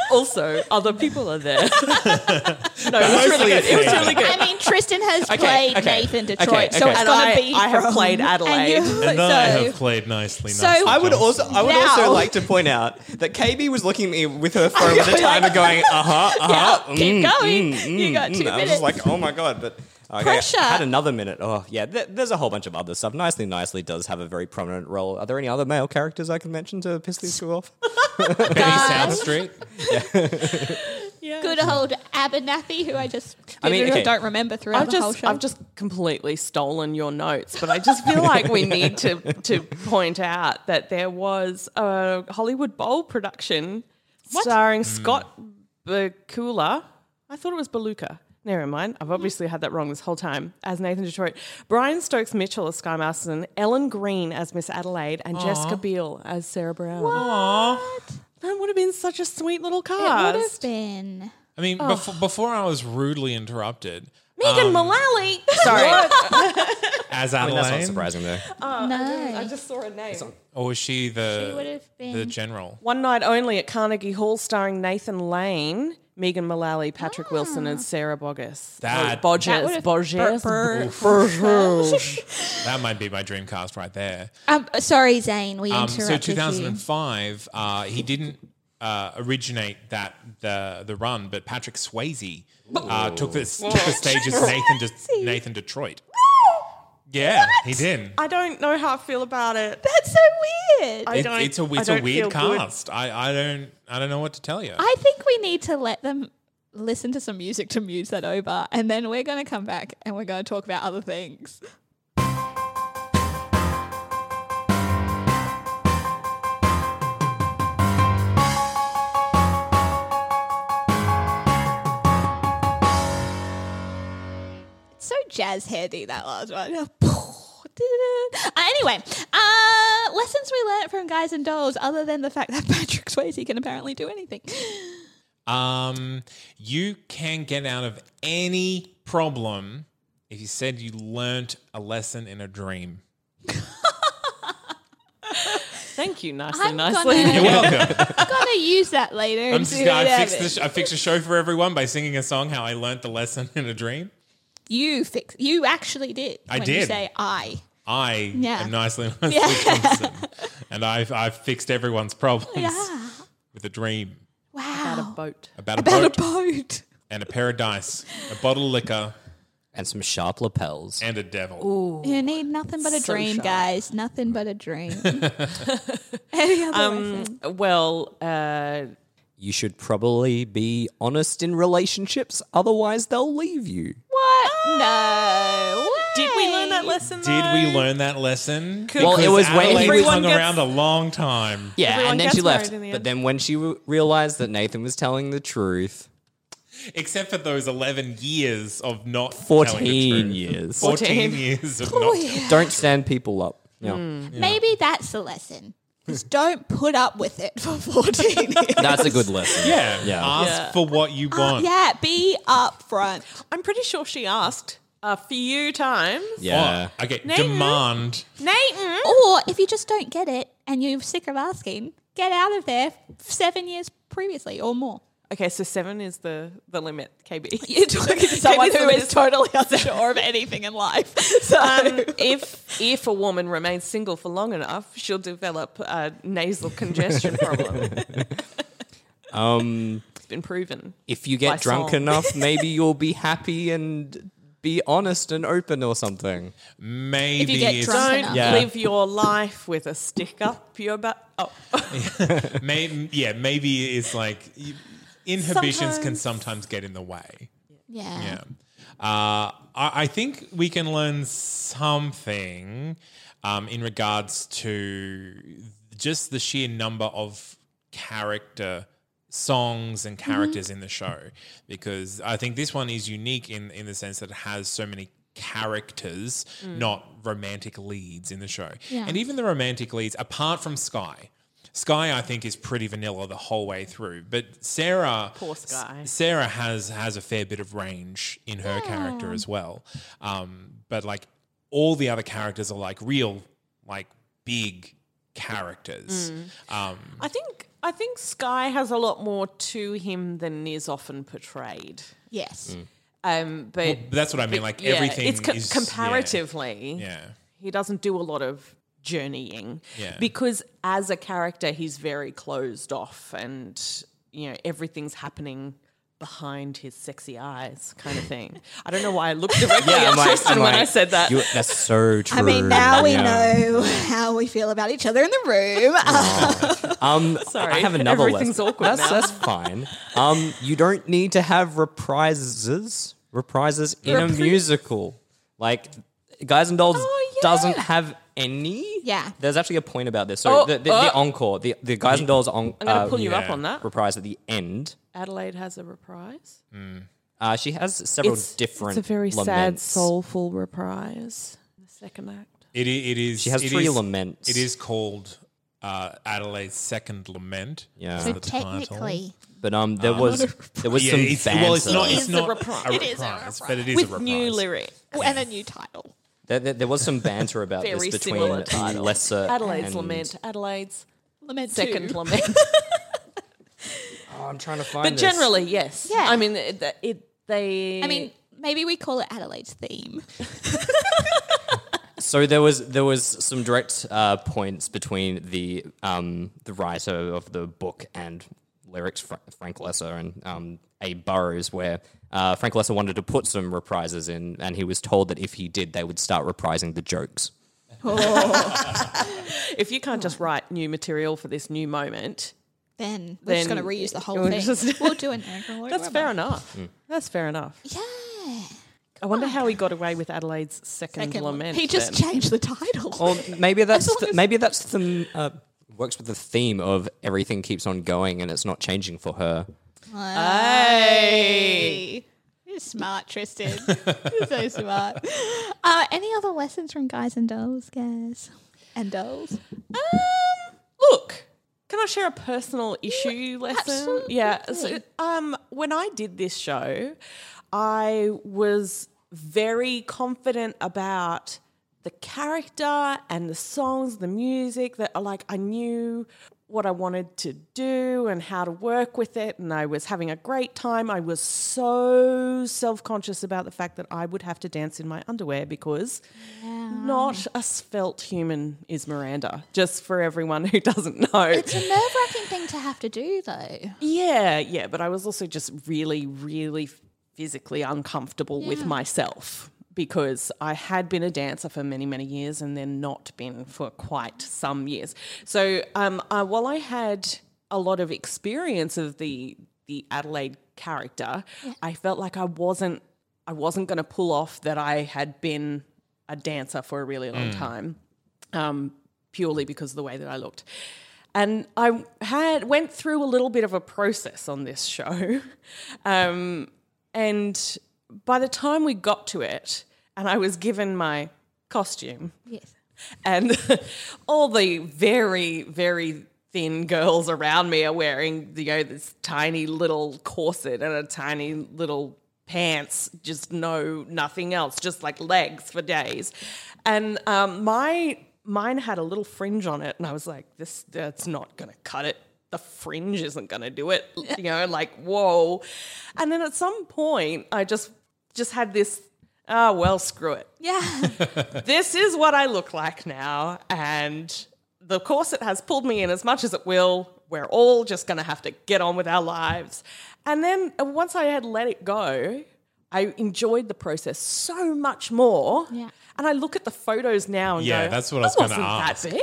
S3: also, other people are there. *laughs* no, it was really good. It was really good.
S1: I mean, Tristan has
S4: Okay,
S1: played
S4: okay,
S1: Nathan
S4: okay,
S1: Detroit, so
S4: okay.
S1: it's
S3: And
S1: gonna
S3: I-
S1: be.
S3: I have
S1: from-
S3: played
S1: and *laughs*
S3: Adelaide.
S1: you-
S2: and I have
S1: so-
S2: played nicely,
S1: so-
S2: nicely.
S1: I
S4: I would also I would
S1: Now-
S4: also like to point out that KB was looking at me with her
S1: *laughs*
S4: phone at the time and going, uh huh, uh huh.
S1: *laughs* Yeah, keep going. *laughs* You got two
S4: mm, I was just
S1: minutes.
S4: like, oh my god, but okay,
S1: Pressure.
S4: I had another minute. Oh yeah, th- there's a whole bunch of other stuff. Nicely, nicely does have a very prominent role. Are there any other male characters I can mention to piss these two off?
S2: Benny South Street.
S1: Good old Abernathy, who I just
S4: I mean, okay.
S1: don't remember throughout
S3: I've
S1: the whole
S3: just,
S1: show.
S3: I've just completely stolen your notes, but I just *laughs* feel like we need to to point out that there was a Hollywood Bowl production starring Scott Bakula. I thought it was Beluca. Never mind. I've obviously had that wrong this whole time. As Nathan Detroit, Brian Stokes Mitchell as Sky Masterson, Ellen Green as Miss Adelaide, and Jessica Biel as Sarah Brown. That would have been such a sweet little
S1: it
S3: cast.
S1: would have been.
S2: I mean, before, before I was rudely interrupted, uh,
S3: Megan
S1: Um,
S3: Mullally. Sorry.
S2: as
S4: *laughs* I
S2: Adelaide,
S4: mean, that's not surprising though.
S3: *laughs* I
S1: *laughs* No.
S3: just saw a name.
S2: or was she
S1: She would
S2: the
S1: have been.
S2: the general?
S3: One Night Only at Carnegie Hall, starring Nathan Lane, Megan Mullally, Patrick Wilson, and Sarah Boggess.
S2: That-
S3: Borges.
S1: Ah. That would've-
S3: Borges.
S1: Bur-
S3: Borges.
S2: That might be my dream cast right there.
S1: um, sorry, Zane, we
S2: Um,
S1: interrupted
S2: so
S1: you.
S2: 2005, uh, he didn't uh, originate that the the run, but Patrick Swayze uh, took the took the stage as Nathan De- Nathan Detroit. Yeah, he did.
S3: I don't know how I feel about it.
S1: That's so weird. I,
S3: I
S2: It-
S3: don't-
S2: it's a
S3: I
S2: it's a
S3: don't
S2: weird
S3: feel good.
S2: cast. I, I don't I don't know what to tell you.
S1: think we need to let them listen to some music to muse that over, and then we're going to come back and we're going to talk about other things. It's so jazz heady that last one. *laughs* Uh, Anyway, uh, lessons we learned from Guys and Dolls, other than the fact that *laughs* Patrick Swayze can apparently do
S2: *laughs*
S1: anything.
S2: Um, you can get out of any problem if you said you learnt a lesson in a dream.
S3: Thank you, nicely,
S1: I'm
S3: nicely.
S2: You're
S1: gonna,
S2: welcome.
S1: *laughs* I'm gonna use that later.
S2: I'm
S1: and
S2: just
S1: see
S2: gonna- I
S1: what
S2: fixed the
S1: happens.
S2: sh- I fixed a show for everyone by singing a song how I learnt the lesson in a dream.
S1: You fix. You actually did.
S2: I
S1: when You
S2: did.
S1: say I.
S2: I
S1: Yeah.
S2: am nicely *laughs* nicely Johnson, and I've I've fixed everyone's problems with a dream
S3: About a
S1: Wow.
S3: boat.
S2: about a
S1: About a
S2: boat
S1: boat.
S2: and a pair of dice, a bottle of liquor,
S4: And some sharp lapels.
S2: and a devil.
S1: You need nothing but a dream,
S3: sharp.
S1: guys. Nothing but a
S4: *laughs*
S1: dream. Any other lesson?
S3: *laughs* Well, uh,
S4: You should probably be honest in relationships, otherwise they'll leave you.
S1: What? No.
S3: did we learn that
S1: way.
S3: lesson?
S2: Did we
S3: though?
S2: learn that lesson?
S4: Well, it was when
S2: Adelaide
S4: he was-
S2: hung
S3: Everyone gets-
S2: around a long time.
S4: Yeah,
S3: Everyone
S4: and then
S3: gets
S4: she left.
S3: married in the
S4: but
S3: end.
S4: then when she re- realized that Nathan was telling the truth,
S2: Except for those 11 years of not telling the
S4: 14
S2: truth.
S4: years.
S2: 14, years of not telling
S4: Don't stand people up. Hmm. Yeah.
S1: oh,
S4: Hmm.
S1: Maybe that's the lesson. Just don't put up with it for *laughs* 14
S4: *laughs*
S1: years.
S4: That's a good lesson.
S2: yeah.
S4: Yeah.
S2: Ask for what you want.
S1: Ah, Uh, yeah, be upfront.
S3: I'm pretty sure she asked a few times.
S4: Yeah.
S2: Oh, okay. Demand.
S3: Nathan,
S1: Or if you just don't get it and you're sick of asking, get out of there seven years previously or *laughs* more.
S3: Okay, so seven is the the limit,
S1: *laughs*
S3: KB.
S1: You're talking to someone
S3: Maybe
S1: who
S3: this
S1: is totally unsure of anything in life. *laughs* So
S3: Um, if if a woman remains single for long enough, she'll develop a nasal congestion problem.
S4: Um,
S3: It's been proven.
S4: if you get
S3: By
S4: drunk
S3: song. *laughs*
S4: enough, maybe you'll be happy and be honest and open or
S3: *laughs*
S4: something.
S2: Maybe
S1: If you get
S2: it's
S1: drunk
S2: *laughs*
S3: Don't
S1: enough.
S4: Yeah.
S3: live your life with a stick up your butt.
S2: *laughs*
S3: Oh,
S2: may, yeah, maybe it's like you- inhibitions can sometimes get in the way.
S1: yeah.
S2: Yeah. Uh, I, I think we can learn something um, in regards to just the sheer number of character songs and characters in the show because I think this one is unique in, in the sense that it has so many characters, not romantic leads in the show. And even the romantic leads, apart from Sky. Sky, I think, is pretty vanilla the whole way through. But Sarah,
S3: Poor Sky.
S2: Sarah has has a fair bit of range in her character as well. Um, but like all the other characters are like real, like big characters.
S3: Mm.
S2: Um,
S3: I think I think Sky has a lot more to him than is often portrayed.
S1: Yes.
S4: Mm.
S3: Um, but
S2: but that's what I mean. Like
S3: yeah,
S2: everything
S3: it's co-
S2: is yeah.
S3: comparatively.
S2: Yeah.
S3: he doesn't do a lot of journeying
S2: Yeah.
S3: because as a character he's very closed off and you know everything's happening behind his sexy eyes kind of thing i don't know why i looked directly at tristan when i said that
S4: you- that's so true.
S1: I mean, now we
S4: Yeah.
S1: know how we feel about each other in the room.
S4: Um,
S3: *laughs* Sorry,
S4: I have another
S3: everything's
S4: lesson.
S3: awkward
S4: that's,
S3: now.
S4: that's fine. Um, you don't need to have reprises, reprises in a musical. Like, Guys and Dolls
S3: Oh,
S4: doesn't have any.
S1: Yeah.
S4: There's actually a point about this. So
S3: Oh,
S4: the, the, the encore, the, the Guys and Dolls on,
S3: i'm going to
S4: uh,
S3: pull you up
S2: yeah.
S3: on that
S4: reprise at the end.
S3: adelaide has a reprise
S4: Uh, she has several different.
S3: it's a very sad
S4: laments.
S3: soulful reprise the second act
S2: It, i- it is.
S4: She has
S2: it
S4: three
S2: is-
S4: laments.
S2: It is called uh, Adelaide's second lament.
S4: Yeah.
S2: is
S4: So
S2: the title.
S1: Technically,
S4: But um, there was *laughs* there was
S2: Yeah,
S4: some
S2: it's,
S4: banter.
S2: well, it's not.
S3: It
S2: It's
S3: is a
S2: not
S3: reprise.
S1: It is a
S2: but it is a
S3: with
S2: reprise.
S3: new lyrics.
S1: Oh, and a new title.
S4: there, there, there was some banter about this
S3: Very
S4: between
S3: similar title.
S4: Lesser
S3: Adelaide's
S4: and,
S3: lament. Adelaide's
S1: Lament
S3: second
S1: two.
S3: lament.
S4: Oh, I'm trying to find.
S3: but
S4: this.
S3: generally, yes.
S1: Yeah.
S3: I mean, it, it they.
S1: I mean, maybe we call it Adelaide's theme.
S4: So there was there was some direct uh, points between the um, the writer of the book and lyrics Fra- Frank Lesser and um, A Burrows, where uh, Frank Lesser wanted to put some reprises in, and he was told that if he did, they would start reprising the jokes.
S3: if you can't just write new material for this new moment,
S1: Then we're just going
S3: Then
S1: to reuse the whole
S3: we'll
S1: thing.
S3: just-
S1: *laughs* we'll
S3: *laughs*
S1: do an Anakin Lloyd
S3: that's
S1: Webber.
S3: fair enough. Hmm. That's fair enough.
S1: Yeah.
S3: I wonder how he got away with Adelaide's second, lament.
S1: He just
S3: then.
S1: changed the title.
S4: Or maybe that's
S1: long
S4: th-
S1: as-
S4: maybe that's the uh, works with the theme of everything keeps on going and it's not changing for her.
S1: *laughs*
S3: Oh.
S1: Hey. You're smart, Tristan. *laughs* You're so smart. Uh, any other lessons from guys and dolls, guys? And dolls?
S3: Um, look, can I share a personal issue lesson?
S1: absolutely.
S3: Yeah. So, um, when I did this show, I was very confident about the character and the songs, the music that like I knew what I wanted to do and how to work with it and I was having a great time. I was so self-conscious about the fact that I would have to dance in my underwear because not a svelte human is Miranda, just for everyone who doesn't know.
S1: It's a nerve wracking thing to have to do, though.
S3: yeah, yeah, but I was also just really, really physically uncomfortable with myself because I had been a dancer for many, many years and then not been for quite some years. So um, I, while I had a lot of experience of the the Adelaide character, I felt like I wasn't I wasn't going to pull off that I had been a dancer for a really long time, um, purely because of the way that I looked. And I had went through a little bit of a process on this show, *laughs* um, and by the time we got to it, and I was given my costume,
S1: Yes.
S3: and *laughs* all the very very thin girls around me are wearing you know this tiny little corset and a tiny little pants just no nothing else just like legs for days and um, my mine had a little fringe on it and i was like this that's not gonna cut it the fringe isn't gonna do it you know like whoa and then at some point i just just had this ah well screw it
S1: Yeah.
S3: this is what I look like now, and the corset has pulled me in as much as it will. We're all just going to have to get on with our lives. And then uh, once I had let it go, I enjoyed the process so much more.
S1: Yeah.
S3: And I look at the photos now and
S2: Yeah,
S3: go,
S2: that's what I was
S3: "That
S2: gonna ask."
S3: Wasn't that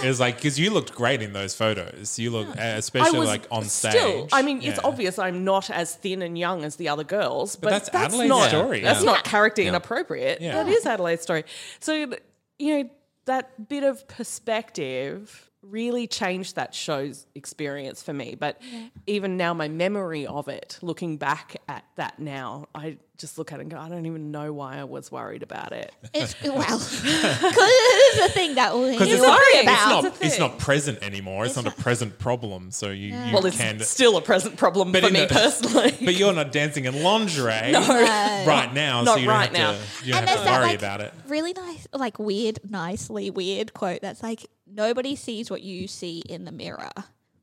S3: big?
S2: It was like because you looked great in those photos. You look, uh,
S3: I
S2: especially
S3: was
S2: like on stage.
S3: Still, I mean, it's
S2: Yeah.
S3: obvious I'm not as thin and young as the other girls, but,
S2: that's
S3: that's,
S2: Adelaide's
S3: not
S2: story,
S3: That's
S2: yeah.
S3: not character inappropriate.
S2: Yeah.
S3: That is Adelaide's story. So you know that bit of perspective really changed that show's experience for me. But even now, my memory of it, looking back at that now, I just look at it and go, I don't even know why I was worried
S2: *laughs*
S3: about it.
S1: It's, well, *laughs* because it is a thing that we
S2: Because it's,
S1: worry
S2: not, it's,
S1: about.
S2: not, it's not present anymore. It's, not a present problem. So you, you
S3: well, it's *laughs*
S2: can.
S3: still a present problem
S2: But
S3: for
S2: in
S3: me
S2: the-
S3: personally.
S2: but you're not dancing in lingerie
S1: Uh,
S2: right now.
S3: Not
S2: so you don't
S3: right now.
S2: have to, you don't
S1: And there's
S2: have to
S1: that,
S2: worry
S1: like,
S2: about it.
S1: Really nice, like weird, nicely weird quote that's like, nobody sees what you see in the mirror.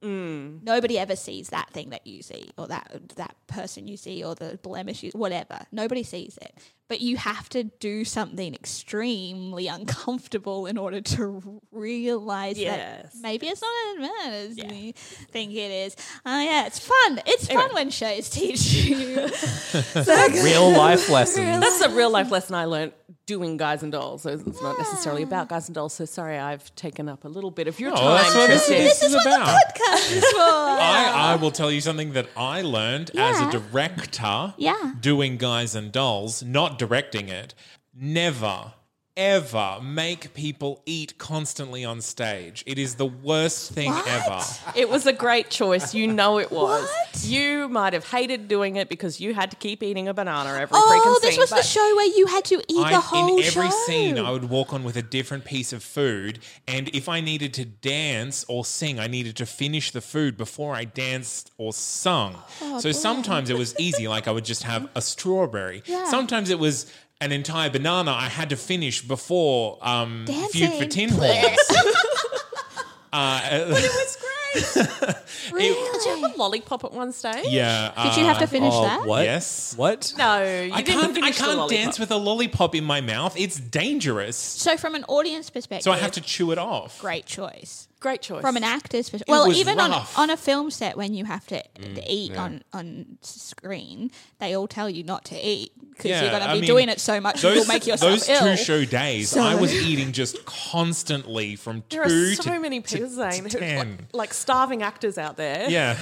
S1: Nobody ever sees that thing that you see, or that that person you see, or the blemish you, whatever. Nobody sees it, but you have to do something extremely uncomfortable in order to realize
S3: Yes.
S1: that maybe it's not as bad as you think it is. Oh yeah, it's fun. It's fun when shows teach you. *laughs*
S4: Real life lessons.
S3: That's a real life lesson I learned doing Guys and Dolls. So it's not necessarily about Guys and Dolls. So sorry, I've taken up a little bit of your
S2: Oh,
S3: time,
S2: that's what this,
S3: Tristan.
S2: this is about.
S1: Podcast is for.
S2: I, I will tell you something that I learned as a
S1: Yeah.
S2: director
S1: Yeah.
S2: doing Guys and Dolls, not directing it. Never ever make people eat constantly on stage. It is the worst thing ever.
S3: It was a great choice. You know it was.
S1: What?
S3: You might have hated doing it because you had to keep eating a banana every
S1: Oh,
S3: freaking
S1: this
S3: scene,
S1: was the
S3: but-
S1: show where you had to eat
S2: I-
S1: the whole
S2: in every
S1: show.
S2: scene, I would walk on with a different piece of food, and if I needed to dance or sing, I needed to finish the food before I danced or sung.
S1: Oh,
S2: so sometimes it was easy, like I would just have
S1: *laughs*
S2: a strawberry. Sometimes it was an entire banana I had to finish before um, feud for
S1: Dancing.
S2: tin
S1: *laughs*
S2: horns. *laughs* uh,
S1: Really?
S3: Did you have a lollipop at one stage?
S2: yeah.
S1: Did you have to
S2: uh,
S1: finish that?
S4: what?
S2: Yes.
S4: What?
S3: No, you
S2: I
S3: didn't
S2: can't. I
S3: finish the
S2: can't
S3: lollipop.
S2: dance with a lollipop in my mouth. It's dangerous.
S1: So, from an audience perspective,
S2: So I have to chew it off.
S1: great choice.
S3: Great choice.
S1: From an actor's perspective, well,
S2: was
S1: even
S2: rough.
S1: on on a film set when you have to to eat on on screen, they all tell you not to eat because you're going to be
S2: I mean,
S1: doing it so much you'll make yourself
S2: those
S1: ill.
S2: two show days, I was eating just constantly from
S3: there
S2: two
S3: are so
S2: to
S3: many people, Zane, who,
S2: ten.
S3: like, like starving actors out there.
S2: yeah.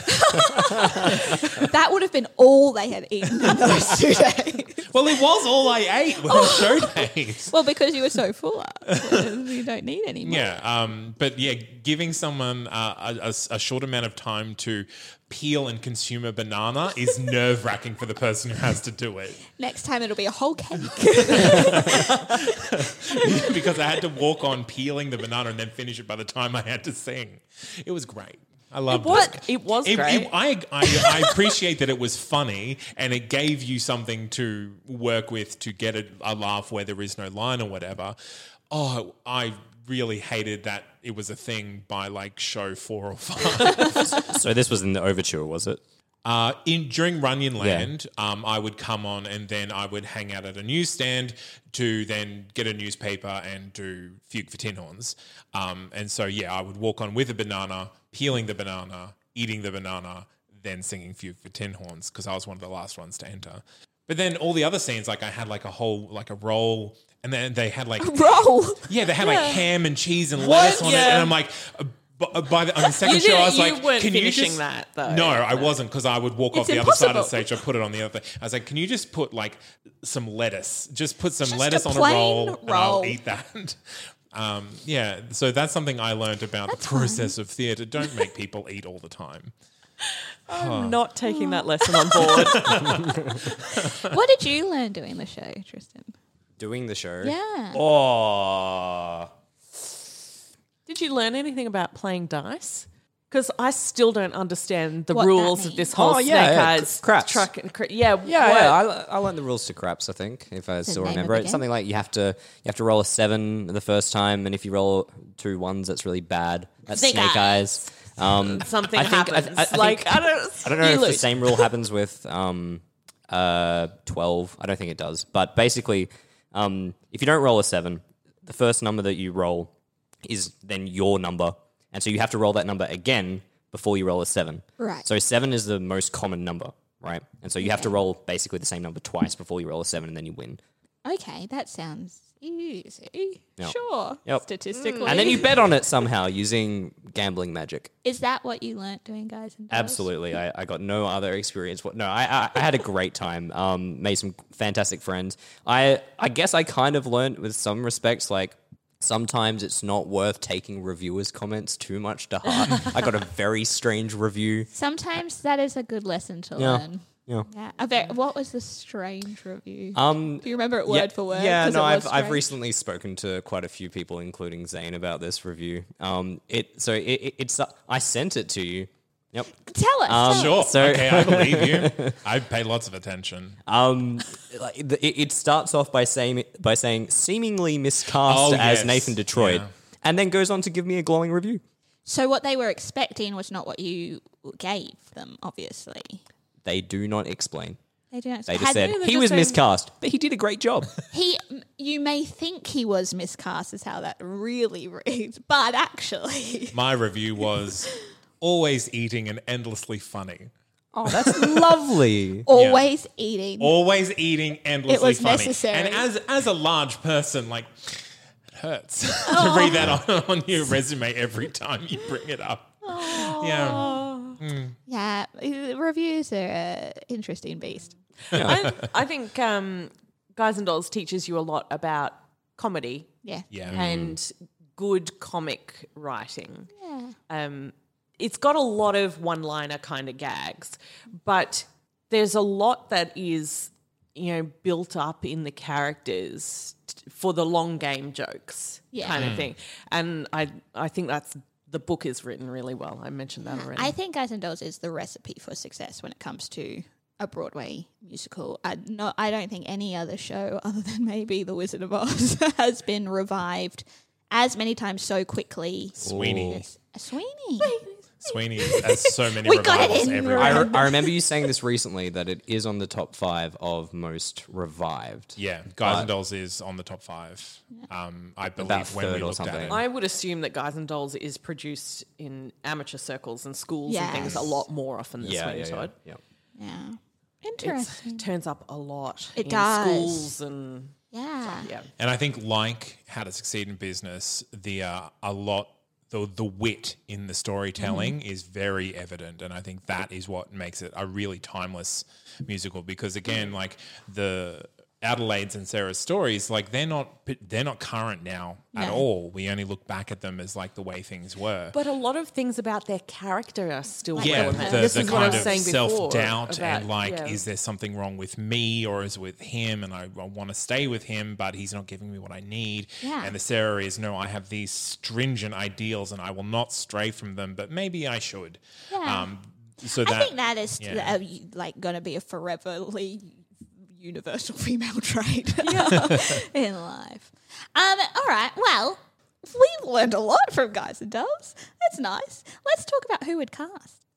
S1: that would have been all they had eaten
S2: *laughs*
S1: in those two days.
S2: well, it was all I ate were
S3: *laughs*
S2: show days.
S1: well, because you were so full *laughs* up, you don't need any more.
S2: Yeah, um, but yeah, giving someone uh, a- a, s- a short amount of time to peel and consume a banana
S3: *laughs*
S2: is nerve wracking for the person who has to do it. *laughs*
S1: Next time it'll be a whole cake. *laughs*
S2: because I had to walk on peeling the banana and then finish it by the time I had to sing. It was great. I loved it.
S3: was- it was great.
S2: I, I, I appreciate that it was funny and it gave you something to work with to get a, a laugh where there is no line or whatever. Oh, I really hated that it was a thing by like show four or five.
S4: *laughs* So this was in the overture, was it?
S2: Uh, in during Runyon Land, um, I would come on and then I would hang out at a newsstand to then get a newspaper and do Fugue for Tin Horns. Um, and so yeah, I would walk on with a banana, peeling the banana, eating the banana, then singing Fugue for Tin Horns because I was one of the last ones to enter. But then all the other scenes, like I had like a whole like a roll, and then they had like
S1: Roll.
S2: yeah, they had like ham and cheese and
S3: What?
S2: lettuce on it,
S3: Yeah.
S2: and I'm like. uh, b- uh, By the, on the second
S3: *laughs* You
S2: show, I
S3: didn't-
S2: was
S3: you
S2: like,
S3: weren't
S2: "Can you
S3: finishing
S2: just
S3: that, though.
S2: No, I wasn't because I would walk off the other side of the
S1: impossible.
S2: stage. I put it on the other. Thing. I was like, "Can you just put like some lettuce? Just put some
S1: Just
S2: lettuce
S1: a
S2: on
S1: plain
S2: a roll, and I'll
S1: roll."
S2: eat that." *laughs* Um, yeah, so that's something I learned about the process of theatre. Don't make people eat all the time.
S3: I'm not taking
S1: Oh.
S3: that lesson on
S2: *laughs*
S3: board.
S1: what did you learn doing the show, Tristan?
S4: Doing the show.
S1: Yeah.
S4: Oh.
S3: Did you learn anything about playing dice? Because I still don't understand the
S1: What that
S3: rules of
S1: means.
S3: this whole
S4: Oh, yeah,
S3: snake
S4: yeah,
S3: eyes
S4: cr- craps.
S3: truck and cra- yeah,
S4: Yeah,
S3: what?
S4: yeah. I, I learned the rules to craps. I think, if I still
S1: name of
S4: remember
S1: the
S4: it,
S1: game?
S4: something like you have to you have to roll a seven the first time, and if you roll two ones, that's really bad. That's
S1: Snake
S4: snake, eyes. Um,
S3: something
S4: I think- I-
S3: happens.
S4: I- I think-
S3: like I don't,
S4: *laughs* I don't know
S3: you
S4: if the
S3: lose.
S4: same rule happens with um, uh, 12. I don't think it does. But basically, um, if you don't roll a 7, the first number that you roll is then your number. And so you have to roll that number again before you roll a 7.
S1: Right.
S4: So 7 is the most common number, right? And so you have to roll basically the same number twice before you roll a 7 and then you win.
S1: Okay, that sounds easy.
S4: Yep.
S1: Sure.
S4: Yep.
S1: Statistically.
S4: And then you bet on it somehow using gambling magic.
S1: Is that what you learnt doing guys and dolls?
S4: Absolutely. I, I got no other experience. What? No, I, I, I had a great time. *laughs* Um, made some fantastic friends. I, I guess I kind of learned with some respects, like sometimes it's not worth taking reviewers' comments too much
S1: *laughs*
S4: to heart. I got a very strange review.
S1: Sometimes that is a good lesson to
S4: Yeah.
S1: learn.
S4: Yeah.
S1: Yeah. A ver- what was the strange review?
S4: Um,
S1: Do you remember it word
S4: yeah,
S1: for word?
S4: Yeah,
S1: 'Cause
S4: no,
S1: it was
S4: I've, I've
S1: strange.
S4: recently spoken to quite a few people, including Zane, about this review. Um, it so it, it, it's I sent it to you. Yep.
S1: Tell us.
S4: Um,
S1: tell
S2: Sure,
S1: us.
S4: So-
S2: okay, I believe you. I pay lots of attention.
S4: Um, like, the- it, it starts off by saying by saying seemingly miscast
S2: Oh, yes.
S4: as Nathan Detroit,
S2: Yeah.
S4: and then goes on to give me a glowing review.
S1: So what they were expecting was not what you gave them, obviously.
S4: They do not explain.
S1: They don't.
S4: They just
S1: Had-
S4: said he was miscast, but he did a
S1: *laughs*
S4: great job.
S1: he. You may think he was miscast, is how that really *laughs* reads, but actually,
S2: My review was always eating and endlessly funny.
S4: oh, that's lovely.
S1: always eating.
S2: always eating endlessly
S1: It was
S2: funny.
S1: necessary.
S2: And as as a large person, like it hurts *laughs* to
S1: Oh.
S2: read that on, on your resume every time you bring it up. Yeah.
S1: yeah, uh, reviews are an interesting beast.
S3: I, I think um, Guys and Dolls teaches you a lot about comedy
S1: Yeah.
S2: Yeah.
S3: and good comic writing. Um, it's got a lot of one liner kind of gags, but there's a lot that is, you know, built up in the characters t- for the long game jokes
S1: Yeah.
S3: kind
S4: Mm.
S3: of thing. And I, I think that's the book is written really well. I mentioned that already.
S1: I think Guys and Dolls is the recipe for success when it comes to a Broadway musical. I, no, I don't think any other show, *laughs* other than maybe The Wizard of Oz, *laughs* has been revived as many times so quickly.
S2: Sweeney.
S1: Sweeney.
S2: Sweeney
S1: *laughs*
S2: has so many
S1: We got it
S2: revivals
S1: in
S2: everywhere.
S4: I, re-
S1: *laughs*
S4: I remember you saying this recently that it is on the top five of most revived.
S2: yeah, Guys and Dolls is on the top five. Um, I
S4: About
S2: believe when
S4: third
S2: we
S4: or
S2: looked at
S4: something.
S1: Oh,
S2: it.
S3: I would assume that Guys and Dolls is produced in amateur circles and schools
S1: Yes.
S3: and things a lot more often than Sweeney Todd.
S4: yeah.
S1: Yeah.
S3: It
S1: Interesting.
S3: turns up a lot
S1: It
S3: in
S1: does.
S3: schools and
S1: yeah.
S3: yeah.
S2: And I think, like How to Succeed in Business, the uh, a lot the the wit in the storytelling
S3: Mm-hmm.
S2: is very evident, and I think that is what makes it a really timeless musical. Because
S3: Mm.
S2: again, like the Adelaide's and Sarah's stories, like they're not they're not current now at all. We only look back at them as like the way things were.
S3: But a lot of things about their character are still
S2: yeah,
S3: relevant.
S2: the,
S3: this
S2: the
S3: is what I
S2: kind
S3: was
S2: of
S3: saying
S2: self
S3: before.
S2: doubt and
S3: about-
S2: like,
S3: yeah.
S2: is there something wrong with me or is with him? And I, I want to stay with him, but he's not giving me what I need.
S1: Yeah.
S2: And the Sarah is, no, I have these stringent ideals and I will not stray from them, but maybe I should.
S1: Yeah.
S2: Um, so
S1: I
S2: that,
S1: think that is
S2: yeah.
S1: uh, you- like going to be a foreverly universal *laughs* female trait in life. Um, all right. Well, we've learned a lot from Guys and Dolls. That's nice. Let's talk about who would cast.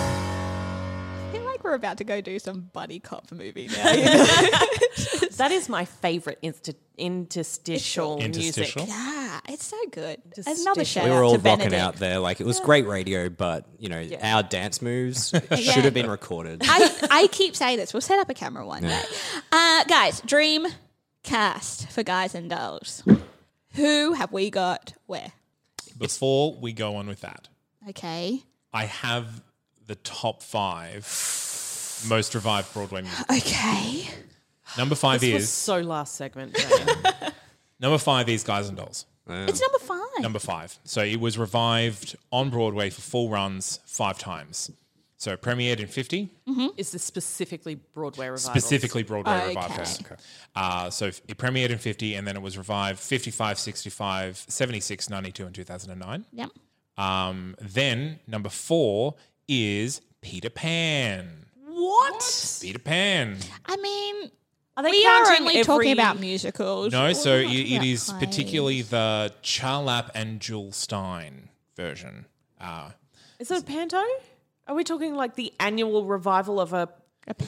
S1: I feel like we're about to go do some buddy cop movie now. you know?
S3: that is my favorite insti- interstitial,
S2: Interstitial?
S3: music.
S1: Yeah, it's so good.
S3: Just
S1: Another shout
S3: stitching.
S4: We
S1: out
S4: were all
S1: to
S4: rocking
S1: Benedict.
S4: out there. Like, it was great radio, but, you know, our dance
S1: *laughs*
S4: moves should have been recorded.
S1: I, I keep saying this. We'll set up a camera one day. Uh, guys, dream cast for guys and dolls. Who have we got where?
S2: before we go on with that,
S1: Okay.
S2: I have the top five most revived Broadway music.
S1: Okay.
S2: Number five
S3: This was
S2: is
S3: so last *laughs* segment. Jane.
S2: number five is Guys and Dolls.
S4: Um,
S1: It's number five.
S2: Number five. So it was revived on Broadway for full runs five times. So it premiered in 50,
S3: is this specifically Broadway revival?
S2: specifically Broadway
S1: Okay.
S2: revivals. Uh, so f- it premiered in 50 and then it was revived 55, 65, 76, 92, and 2009.
S1: yep.
S2: Um, then number four is Peter Pan.
S3: What?
S2: Peter Pan.
S1: I mean,
S3: Are they
S1: we are
S3: counting
S1: only
S3: every-
S1: talking about musicals.
S2: No,
S1: We're
S2: so
S1: not
S2: it,
S1: talking
S2: it
S1: about
S2: is
S1: plays.
S2: particularly the Charlap and Jewel Stein version. Uh,
S3: Is it a panto? Are we talking like the annual revival of a,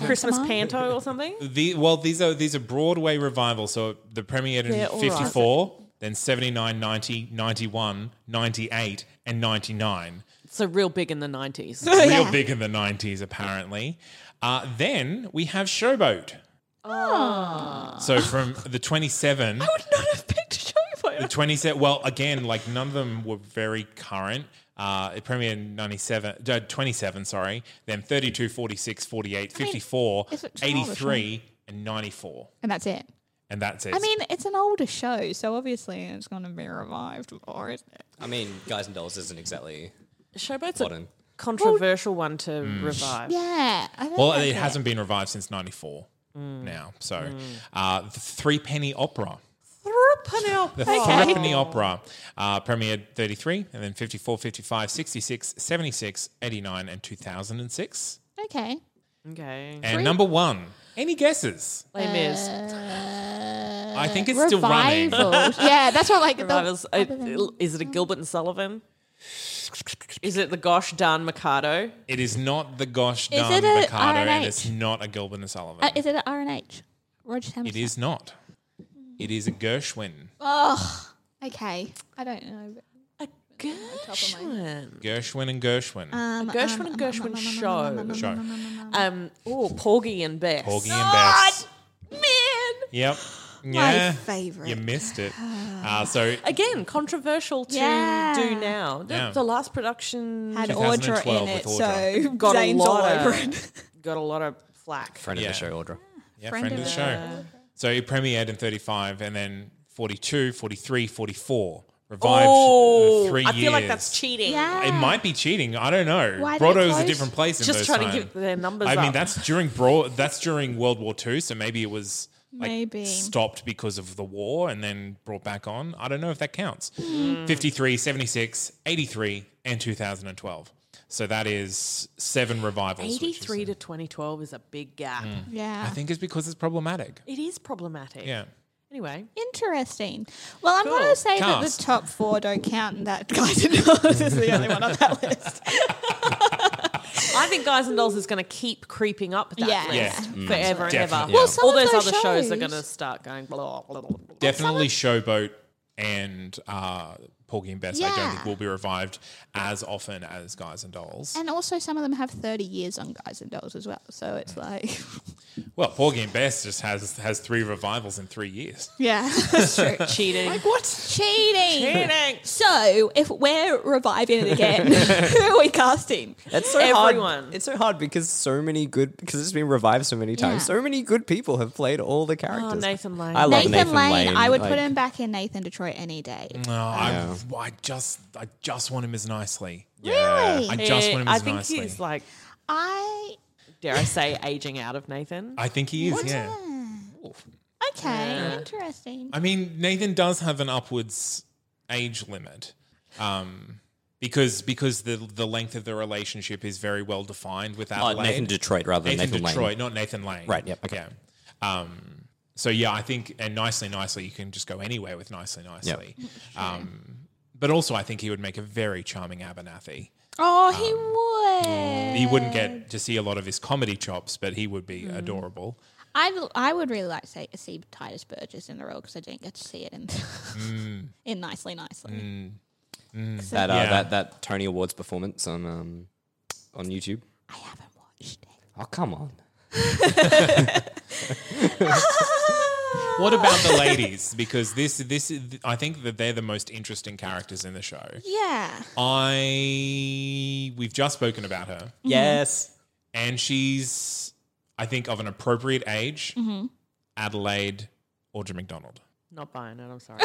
S3: Christmas
S1: pantomime?
S3: panto or something?
S2: The well, these are these are Broadway revivals. So the premiered in
S3: Yeah, all right.
S2: 54, then 79, 90, 91, 98, and
S1: *laughs*
S2: 99.
S3: So real big in the nineties.
S2: Real big in the 90s, apparently. Uh, then we have Showboat. Oh. So from the 27,
S1: Ah. I would not have picked
S2: the
S1: Showboat.
S2: 27, well, again, like none of them were very current. Uh, it premiered in 97, uh, 27, sorry, then 32, 46, 48, 54,
S1: it's a childish,
S2: 83, and 94.
S1: And that's it.
S2: And that's it.
S1: I mean, it's an older show, so obviously it's going to be revived more, isn't it?
S4: I mean, Guys and Dolls isn't exactly
S3: Showboat's a
S4: modern.
S3: controversial one to revive.
S1: Yeah. I think
S2: Well,
S1: that's
S2: it hasn't been revived since '94
S1: Mm.
S2: now. So, uh, the Three Penny Opera,
S3: *laughs*
S2: the Three Penny Opera, uh, premiered 33, and then 54, 55, 66, 76, 89, and 2006.
S1: Okay.
S3: Okay.
S2: And number one, any guesses?
S1: Uh,
S3: They missed.
S1: oh,
S2: I think it's still running. *laughs*
S1: Revivals. yeah, that's what like the,
S3: Revivals. I- is it a Gilbert and Sullivan? Is it the gosh darn Mikado?
S2: It is not the Gosh
S1: Is
S2: Darn
S1: it a
S2: Mikado, and
S1: RNH?
S2: it's not a Gilbert and Sullivan.
S1: Uh, is it at RNH? Roger
S2: it
S1: Hammerstein.
S2: is not. It is a Gershwin.
S1: Oh, okay. I don't know.
S3: Gershwin.
S2: Gershwin and Gershwin.
S1: Um,
S3: Gershwin and Gershwin show.
S2: Show.
S3: Um, oh, Porgy and Bess.
S2: Porgy and Bess.
S1: man.
S2: Yep. Yeah.
S3: favourite.
S2: You missed
S3: *sighs*
S2: it. Uh, so
S3: Again, controversial to
S1: Yeah.
S3: do now. The,
S2: Yeah.
S3: the last production
S1: Had Audra
S2: 2012
S1: in it,
S2: with
S1: so
S2: Audra.
S3: got
S1: Zane's
S3: a
S1: all
S3: lot
S1: over
S3: of,
S1: it.
S3: got a lot of flack.
S4: Friend of
S2: Yeah.
S4: the show, Audra.
S2: yeah,
S1: Friend
S2: friend,
S1: of
S2: of the
S1: it.
S2: show. So it premiered in 35 and then 42, 43, 44. Revived oh, three
S3: I feel like
S2: years.
S3: that's cheating.
S1: Yeah.
S2: It might be cheating. I don't know.
S1: Why did it
S2: Brodo is a
S1: close?
S2: different place in
S3: Just
S2: those
S3: trying
S2: time.
S3: to give their numbers
S2: I mean,
S3: up.
S2: that's during broad. That's during World War II, so maybe it was like
S1: Maybe.
S2: stopped because of the war and then brought back on. I don't know if that counts. 53, 76, 83, and 2012. So that is seven revivals. which is-
S3: 83 to 2012 is a big gap.
S1: Yeah.
S2: I think it's because it's problematic.
S3: It is problematic.
S2: Yeah. *laughs*
S3: Anyway, *laughs*
S1: Interesting. Well, I'm going to say that
S2: Cast.
S1: the top four don't count, and that *laughs* Guys and Dolls is the only one on that *laughs* list.
S3: I think Guys and Dolls is going to keep creeping up that
S1: Yeah.
S2: Yeah. Mm.
S3: list forever and ever.
S2: Definitely. Well,
S1: some
S3: All
S1: of
S3: those
S1: those
S3: other shows, are
S1: shows-
S3: going to start going blah, blah, blah, blah.
S2: Definitely Showboat and uh, Porgy and Bess. I don't
S1: Yeah.
S2: think will be revived as often as Guys and Dolls.
S1: And also, some of them have 30 years on Guys and Dolls as well. So it's like, *laughs*
S2: well, Porgy and Bess just has has three revivals in three years.
S1: yeah, *laughs* that's true.
S3: cheating.
S1: Cheating.
S3: Cheating.
S1: So if we're reviving it again, *laughs* who are we casting?
S4: It's so
S3: Everyone.
S4: hard. It's so hard because so many good because it's been revived so many times.
S1: Yeah.
S4: So many good people have played all the characters.
S3: Oh, Nathan Lane.
S4: I love
S1: Nathan,
S4: Nathan,
S1: Lane. I would put
S4: like-
S1: him back in Nathan Detroit any day.
S2: No, I, I just I just want him as nicely.
S4: Yeah.
S2: I
S1: Really?
S2: just want him
S3: Eh, I
S2: as
S3: think
S2: nicely.
S3: he's like,
S1: I
S3: dare I say, aging out of Nathan.
S2: I think he is. yeah.
S1: okay, interesting.
S2: I mean, Nathan does have an upwards age limit, um, because because the the length of the relationship is very well defined with
S4: Oh,
S2: Adelaide.
S4: Nathan Detroit rather than
S2: Nathan,
S4: Nathan,
S2: Detroit,
S4: Lane.
S2: not Nathan Lane.
S4: Right, yep, okay.
S2: Yeah. Um, so yeah, I think and nicely, nicely, you can just go anywhere with nicely, nicely. Um, but also, I think he would make a very charming Abernathy.
S1: Oh,
S2: Um,
S1: he would.
S2: He wouldn't get to see a lot of his comedy chops, but he would be adorable.
S1: I, I would really like to see, see Titus Burgess in the role because I didn't get to see it in
S2: Mm.
S1: *laughs* in nicely, nicely.
S4: That, uh,
S2: Yeah.
S4: that that Tony Awards performance on um on YouTube.
S1: I haven't watched *laughs* it.
S4: Oh come on.
S1: Mm-hmm.
S2: What about the ladies? Because this this is- I think that they're the most interesting characters in the show.
S1: Yeah,
S2: I we've just spoken about her,
S4: Yes.
S2: and she's I think of an appropriate age, Adelaide Audrey McDonald.
S3: Not buying it,
S1: *laughs*
S3: I'm sorry.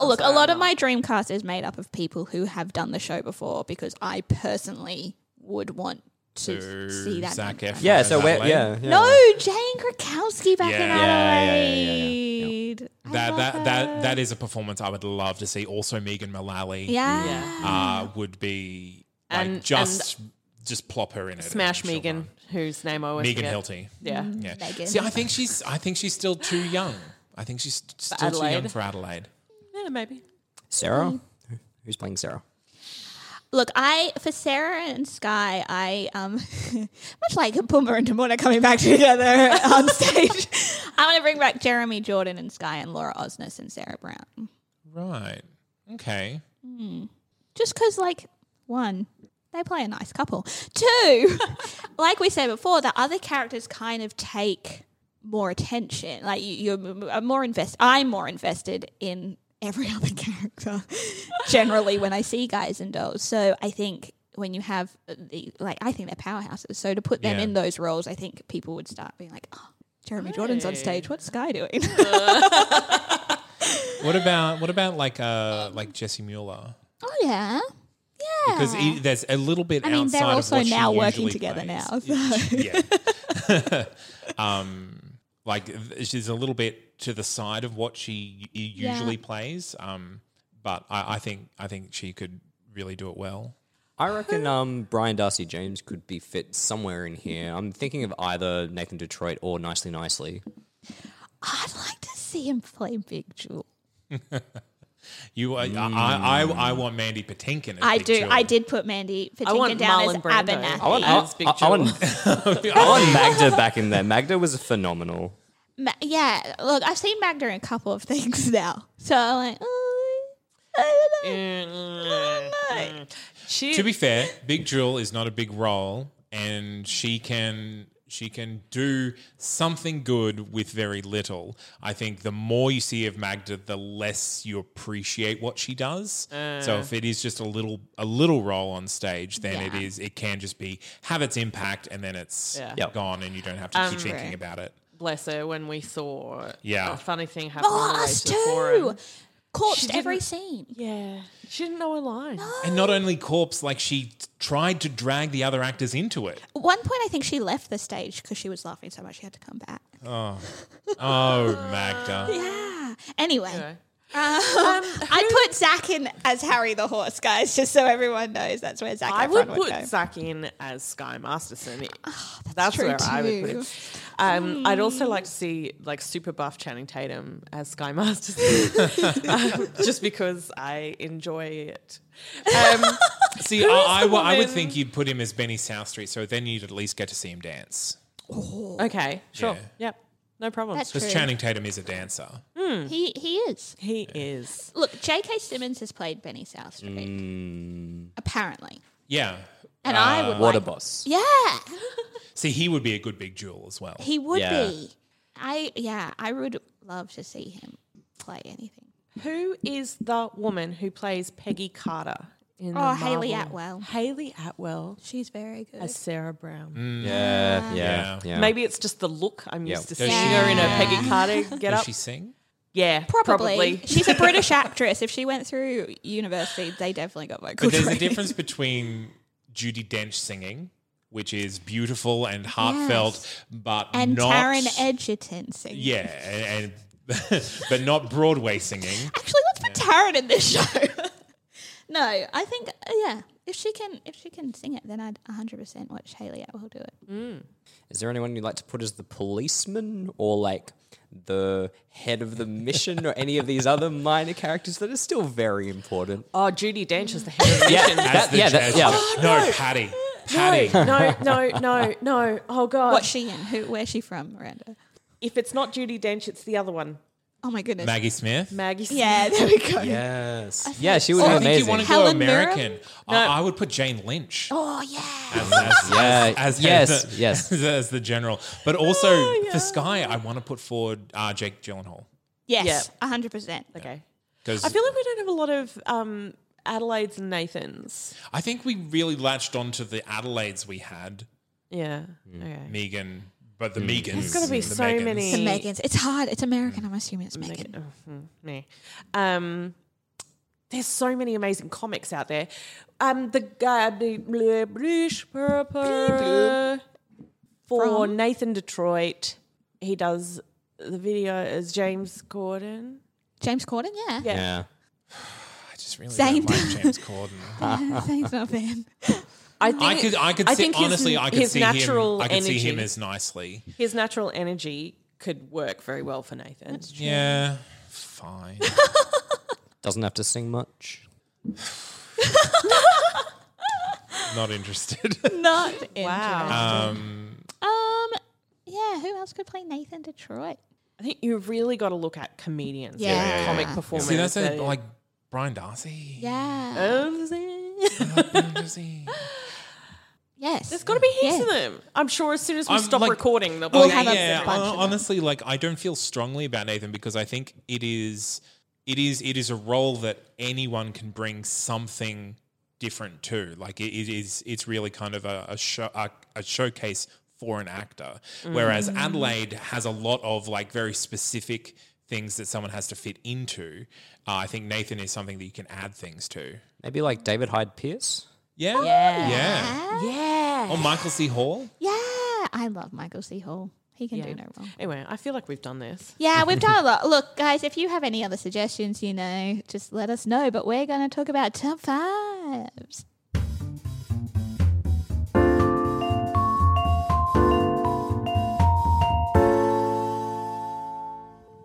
S1: Oh, look, a lot of my dream cast is made up of people who have done the show before because I personally would want to
S2: To
S1: see that.
S2: Zac
S1: number.
S2: Efron
S4: Yeah.
S2: as
S4: So we're,
S2: Adelaide.
S4: yeah, yeah.
S1: No, Jane Krakowski back in
S2: Yeah.
S4: Yeah, yeah, yeah,
S1: Adelaide.
S4: yeah, yeah,
S1: I
S2: That
S1: love
S2: that,
S1: her.
S2: that that is a performance I would love to see. Also, Megan Mullally,
S1: Yeah.
S2: uh, would be like
S3: And-
S2: just just plop her in it.
S3: Smash
S2: and she'll
S3: Megan,
S2: run.
S3: whose name I always
S2: Megan
S3: forget.
S2: Hilty.
S3: Yeah.
S2: Yeah.
S1: Megan.
S2: See, I think she's I think she's still too young. I think she's st- still too young
S3: Adelaide.
S2: for Adelaide.
S1: *laughs*
S3: Yeah, maybe.
S4: Sarah. Who- Who's playing Sarah?
S1: Look, I for Sarah and Sky, I um, *laughs* much like Pumba and Timon are coming back *laughs* together on stage. *laughs* I want to bring back Jeremy Jordan and Sky and Laura Osnes and Sarah Brown,
S2: Right. Okay.
S1: just because like one, they play a nice couple. Two, *laughs* like we said before, the other characters kind of take more attention. Like you, you're m- m- more invest. I'm more invested in every *laughs* other character generally when I see guys and dolls. So I think when you have uh, the like, I think they're powerhouses. So to put them
S2: Yeah.
S1: in those roles, I think people would start being like, oh. Jeremy Jordan's on stage. What's Sky doing?
S2: What about what about like uh like Jesse Mueller?
S1: *laughs* oh yeah, yeah.
S2: Because he, there's a little bit
S1: I mean,
S2: outside
S1: they're also
S2: of what
S1: now
S2: she
S1: working
S2: usually
S1: together
S2: plays.
S1: now. So.
S2: *laughs*
S1: *laughs*
S2: yeah. um, like th- she's a little bit to the side of what she u-
S1: Yeah.
S2: usually plays. Um, but I, I think I think she could really do it well.
S4: I reckon um, Brian Darcy James could be fit somewhere in here. I'm thinking of either Nathan Detroit or Nicely Nicely.
S1: I'd like to see him play Big Jewel.
S2: You, uh, I, I, I, I want Mandy Patinkin. As
S1: Mm. I
S2: Big
S1: do.
S2: Jill.
S1: I did put Mandy
S3: I want
S1: Patinkin down as
S3: Marlon Brando.
S1: Abernathy.
S3: I want- I want- Big
S4: I, I want,
S3: *laughs*
S4: I want Magda back in there. Magda was phenomenal.
S1: Ma- yeah, look, I've seen Magda in a couple of *laughs* things now, so I'm like, oh, I don't
S3: Mm.
S1: know.
S3: She,
S2: To be fair, Big Jewel is not a big role, and she can She can do something good with very little. I think the more you see of Magda, the less you appreciate what she does. so if it is just a little a little role on stage, then it is it can just be have its impact and then it's
S3: Yeah.
S4: Yep.
S2: gone and you don't have to keep thinking about it.
S3: Bless her when we saw
S2: Yeah.
S3: a funny thing happen. on the
S1: Oh,
S3: way
S1: us
S3: to the forum.
S1: too. Corpsed
S3: didn't-
S1: every scene.
S3: Yeah. She didn't know her line.
S2: And not only corpse, like she t- tried to drag the other actors into it.
S1: At one point, I think she left the stage because she was laughing so much she had to come back.
S2: Oh, Magda.
S1: Yeah. Anyway. Um,
S3: Um, who-
S1: I put Zach in as Harry the Horse, guys, just so everyone knows that's where Zach
S3: I
S1: Efron
S3: would put
S1: go.
S3: Zach in as Sky Masterson. that's where I would put him. Um, I'd also like to see like super buff Channing Tatum as Sky Masterson, *laughs* um, just because I enjoy it. Um,
S2: See, I, I,
S3: the
S2: wa- I would
S3: woman?
S2: think you'd put him as Benny South Street, so then you'd at least get to see him dance.
S3: okay, sure,
S2: Yeah.
S3: yep, no problem.
S1: That's
S2: Because
S1: true.
S2: Channing Tatum is a dancer.
S1: He he is.
S3: he is.
S1: Look, J.K. Simmons has played Benny South Street,
S2: Mm.
S1: apparently,
S2: Yeah.
S1: and I
S2: Ah.
S1: would.
S4: What a
S1: like-
S4: boss.
S1: yeah,
S2: See, he would be a good big jewel as well.
S1: he would
S4: Yeah.
S1: be. I yeah, I would love to see him play anything.
S3: Who is the woman who plays Peggy Carter? In the
S1: Oh, Hayley
S3: Marvel-
S1: Atwell.
S3: Haley Atwell
S1: She's very good.
S3: as Sarah Brown.
S2: Mm.
S4: Yeah,
S2: Yeah.
S4: yeah, yeah.
S3: Maybe it's just the look I'm
S4: Yeah.
S3: used to
S2: Does
S3: seeing
S2: she-
S3: her in a Peggy Carter get
S2: Does
S3: up.
S2: she sing?
S3: Yeah,
S1: Probably. She's a British actress. If she went through university, they definitely got my
S2: But
S1: good
S2: there's a
S1: rating.
S2: difference between Judy Dench singing, which is beautiful and heartfelt, but
S1: *laughs* And
S2: not
S1: Taryn Edgerton singing.
S2: Yeah, and, and *laughs* but not Broadway singing.
S1: Actually, let's put Taryn in this show. *laughs* no, I think uh, yeah. If she can, if she can sing it, then I'd 100 percent watch Haley Atwell do it.
S4: Is there anyone you'd like to put as the policeman or like the head of the mission or any of these other minor characters that are still very important?
S3: *laughs* Oh, Judy Dench is the head of the
S4: Yeah,
S3: mission.
S4: that- yeah, that-
S2: judge.
S4: yeah.
S2: no, Patty. Patty. *laughs*
S3: No, no, no, no. Oh God! *laughs*
S1: What's she in? Who? Where's she from? Miranda.
S3: if it's not Judy Dench, it's the other one,
S1: Oh my goodness.
S2: Maggie Smith.
S3: Maggie. Smith. *laughs*
S1: yeah, there we go.
S4: Yes. Yeah, she would
S2: Oh,
S4: be
S2: I think you want
S4: amazing.
S2: to go
S1: Helen Mirren?
S2: American. I, I would put Jane Lynch.
S1: Oh yeah.
S2: As,
S3: *laughs*
S2: as,
S4: Yeah,
S2: as,
S4: yes,
S2: *laughs* the,
S4: yes.
S2: As, the general, but also
S3: Oh,
S2: for Sky, I want to put forward uh, Jake Gyllenhaal
S1: Yes, 100 percent.
S3: Okay.
S2: because
S3: I feel like we don't have a lot of um, Adelaide's and Nathan's.
S2: I think we really latched onto the Adelaides we had,
S3: Yeah. Okay.
S2: Megan, but the Megans.
S3: There's got to be
S2: the
S3: so
S2: Megans.
S3: many.
S1: The Megans. It's hard. It's American. I'm assuming it's Megan.
S3: Megan- oh, mm, me. Um, there's so many amazing comics out there. Um, the guy the blue, bluish purple for
S1: From?
S3: Nathan Detroit, he does the video as James Corden.
S1: James Corden. Yeah.
S3: Yeah.
S4: Yeah.
S2: I just really
S1: Same.
S2: don't like James
S1: *laughs*
S2: Corden.
S1: He's not a fan.
S3: I think
S2: I could, I could, see,
S3: think his-
S2: honestly, I could
S3: his
S2: see
S3: natural
S2: him. I could
S3: energy,
S2: see him as nicely.
S3: his natural energy could work very well for Nathan.
S2: Yeah,
S3: *laughs*
S2: fine.
S4: Doesn't have to sing much.
S2: Not
S3: *laughs*
S2: interested.
S1: Not
S3: Wow.
S2: Uh,
S1: Um. Yeah. Who else could play Nathan Detroit?
S3: I think you've really got to look at comedians,
S1: Yeah. Yeah, yeah,
S3: and comic
S1: yeah.
S3: performers.
S2: see, that's a,
S3: that-
S2: like Brian Darcy.
S1: Yeah.
S3: Oh.
S2: Brian Darcy.
S3: *laughs*
S1: yes.
S3: There's got to be heaps
S1: Yeah.
S3: of them. I'm sure as soon as we
S2: I'm
S3: stop
S2: like-
S3: recording, they'll be
S2: Oh,
S3: like,
S1: have a
S2: yeah,
S1: bunch of them.
S2: honestly, like I don't feel strongly about Nathan because I think it is, it is, it is a role that anyone can bring something different to. Like it, it is, it's really kind of a a, show, a, a showcase for an actor.
S1: Mm.
S2: Whereas Adelaide has a lot of like very specific things that someone has to fit into. Uh, I think Nathan is something that you can add things to.
S4: Maybe like David Hyde
S3: *laughs*
S4: Pierce?
S2: Yeah, yeah, yeah.
S3: yeah.
S2: Or Michael C. Hall.
S1: Yeah, I love Michael C. Hall. He can do no wrong.
S3: Anyway, I feel like we've done this.
S1: Yeah,
S2: *laughs*
S1: we've done a lot. Look, guys, if you have any other suggestions, you know, just let us know. But we're going to talk about top fives.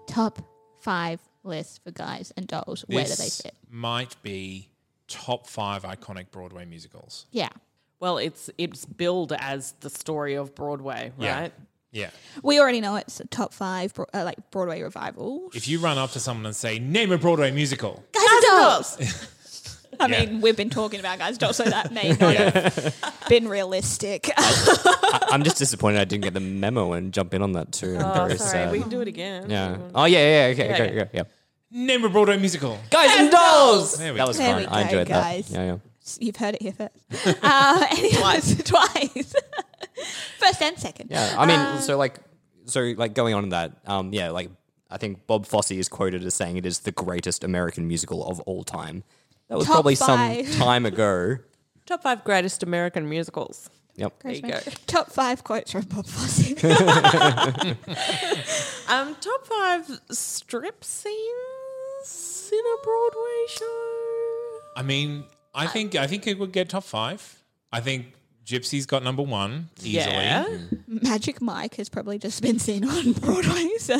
S1: Top five lists for guys and dolls. Where do they
S2: This
S1: fit?
S2: Might be top five iconic Broadway musicals.
S1: Yeah.
S3: Well, it's it's billed as the story of Broadway,
S2: Yeah.
S3: right?
S2: Yeah.
S1: We already know it's top five, bro- uh, like Broadway revivals.
S2: If you run up to someone and say, name a Broadway musical,
S1: Guys and dolls. *laughs* I
S2: Yeah.
S1: mean, we've been talking about guys' jobs, so that may
S2: *laughs*
S1: not have been realistic.
S4: I, I'm just disappointed I didn't get the memo and jump in on that too. I'm
S3: Oh,
S4: very
S3: sorry.
S4: sad.
S2: uh,
S3: We can do it again.
S4: yeah. Oh yeah, yeah, yeah, okay,
S3: Yeah,
S4: go,
S3: yeah.
S4: go, yeah.
S2: Name a Broadway musical.
S4: Guys and dolls.
S2: There we
S4: That was
S1: go. There
S4: fun.
S1: we
S4: I
S1: go,
S4: enjoyed
S1: guys.
S4: that. Yeah, yeah.
S1: You've heard it here first. Uh, *laughs* any twice. twice. *laughs* first and second.
S4: Yeah, I mean, so like, so like going on in that, um, yeah, like I think Bob Fosse is quoted as saying it is the greatest American musical of all time. That was
S1: Top
S4: probably
S1: five.
S4: some time ago.
S3: Top five greatest American musicals.
S4: Yep.
S3: There you go.
S1: Top five quotes from Bob Fosse. *laughs*
S3: Um, top five strip scenes in a Broadway show.
S2: I mean, I think I think it would get top five. I think Gypsy's got number one easily.
S3: Yeah.
S1: Magic Mike has probably just been seen on *laughs* Broadway. So,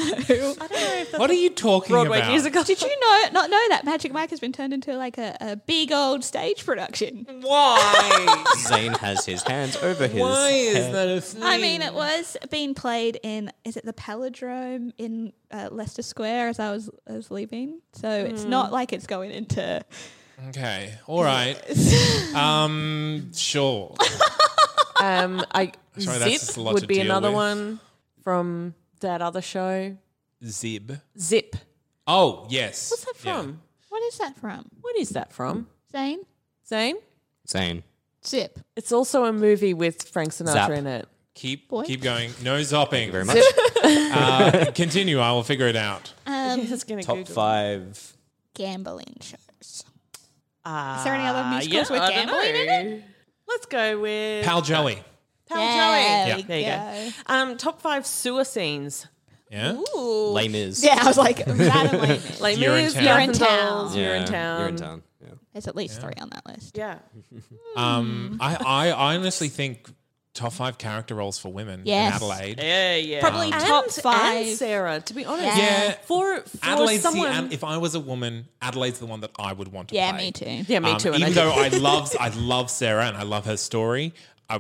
S2: *laughs* What are you talking
S3: Broadway
S2: about?
S3: musical. *laughs*
S1: did you know not know that Magic Mike has been turned into like a, a big old stage production?
S3: Mm. Why?
S4: Zane has his hands over his.
S3: Why is that a thing?
S1: I mean, it was being played in is it the Palindrome in uh, Leicester Square as I was as leaving. So it's not like it's going into.
S2: Okay. All
S3: *laughs*
S2: right. Um. Sure.
S3: um, I
S2: *laughs* Sorry, that's just
S3: Zip
S2: a lot to
S3: would be
S2: deal
S3: another
S2: with.
S3: one from that other show.
S2: Zib.
S3: Zip.
S2: Oh yes.
S3: What's that
S2: Yeah.
S3: from?
S1: What is that from?
S3: What is that from?
S1: Zane
S3: Zane.
S4: Zane.
S1: Zip.
S3: It's also a movie with Frank Sinatra
S4: Zap.
S3: in it.
S2: Keep
S1: Boy.
S2: keep going. No zopping.
S4: Very much.
S2: Uh, continue. I will figure it
S3: *laughs*
S2: out.
S1: Um,
S3: Just gonna
S4: Top
S3: Google.
S4: five.
S1: Gambling shows.
S3: Uh,
S1: Is there any other musicals with
S3: I don't
S1: gambling in
S3: know. Let's go with
S2: Pal Joey.
S3: Pal
S1: Yeah,
S3: Joey.
S1: we
S3: there you go. Um, top five sewer scenes.
S2: Yeah.
S1: Ooh.
S4: Lame is.
S1: *laughs* Yeah, I was like,
S2: *laughs*
S1: that and lame.
S3: Like
S2: You're in
S3: Miz,
S2: town.
S3: You're
S1: You're in town.
S3: You're in town.
S4: You're in town. Yeah.
S1: There's at least three on that list.
S3: Yeah.
S2: Um. I, I I honestly think top five character roles for women
S1: Yes.
S2: in Adelaide.
S3: Yeah, yeah.
S1: Probably top five.
S3: And Sarah, to be honest.
S2: Yeah.
S3: For, for
S2: Adelaide's
S3: someone.
S2: the, Ad- if I was a woman, Adelaide's the one that I would want to
S1: Yeah,
S2: play.
S1: me too.
S3: yeah, me
S2: Um,
S3: too. And I,
S2: even
S3: think-
S2: though I
S3: *laughs*
S2: love I love Sarah and I love her story, I,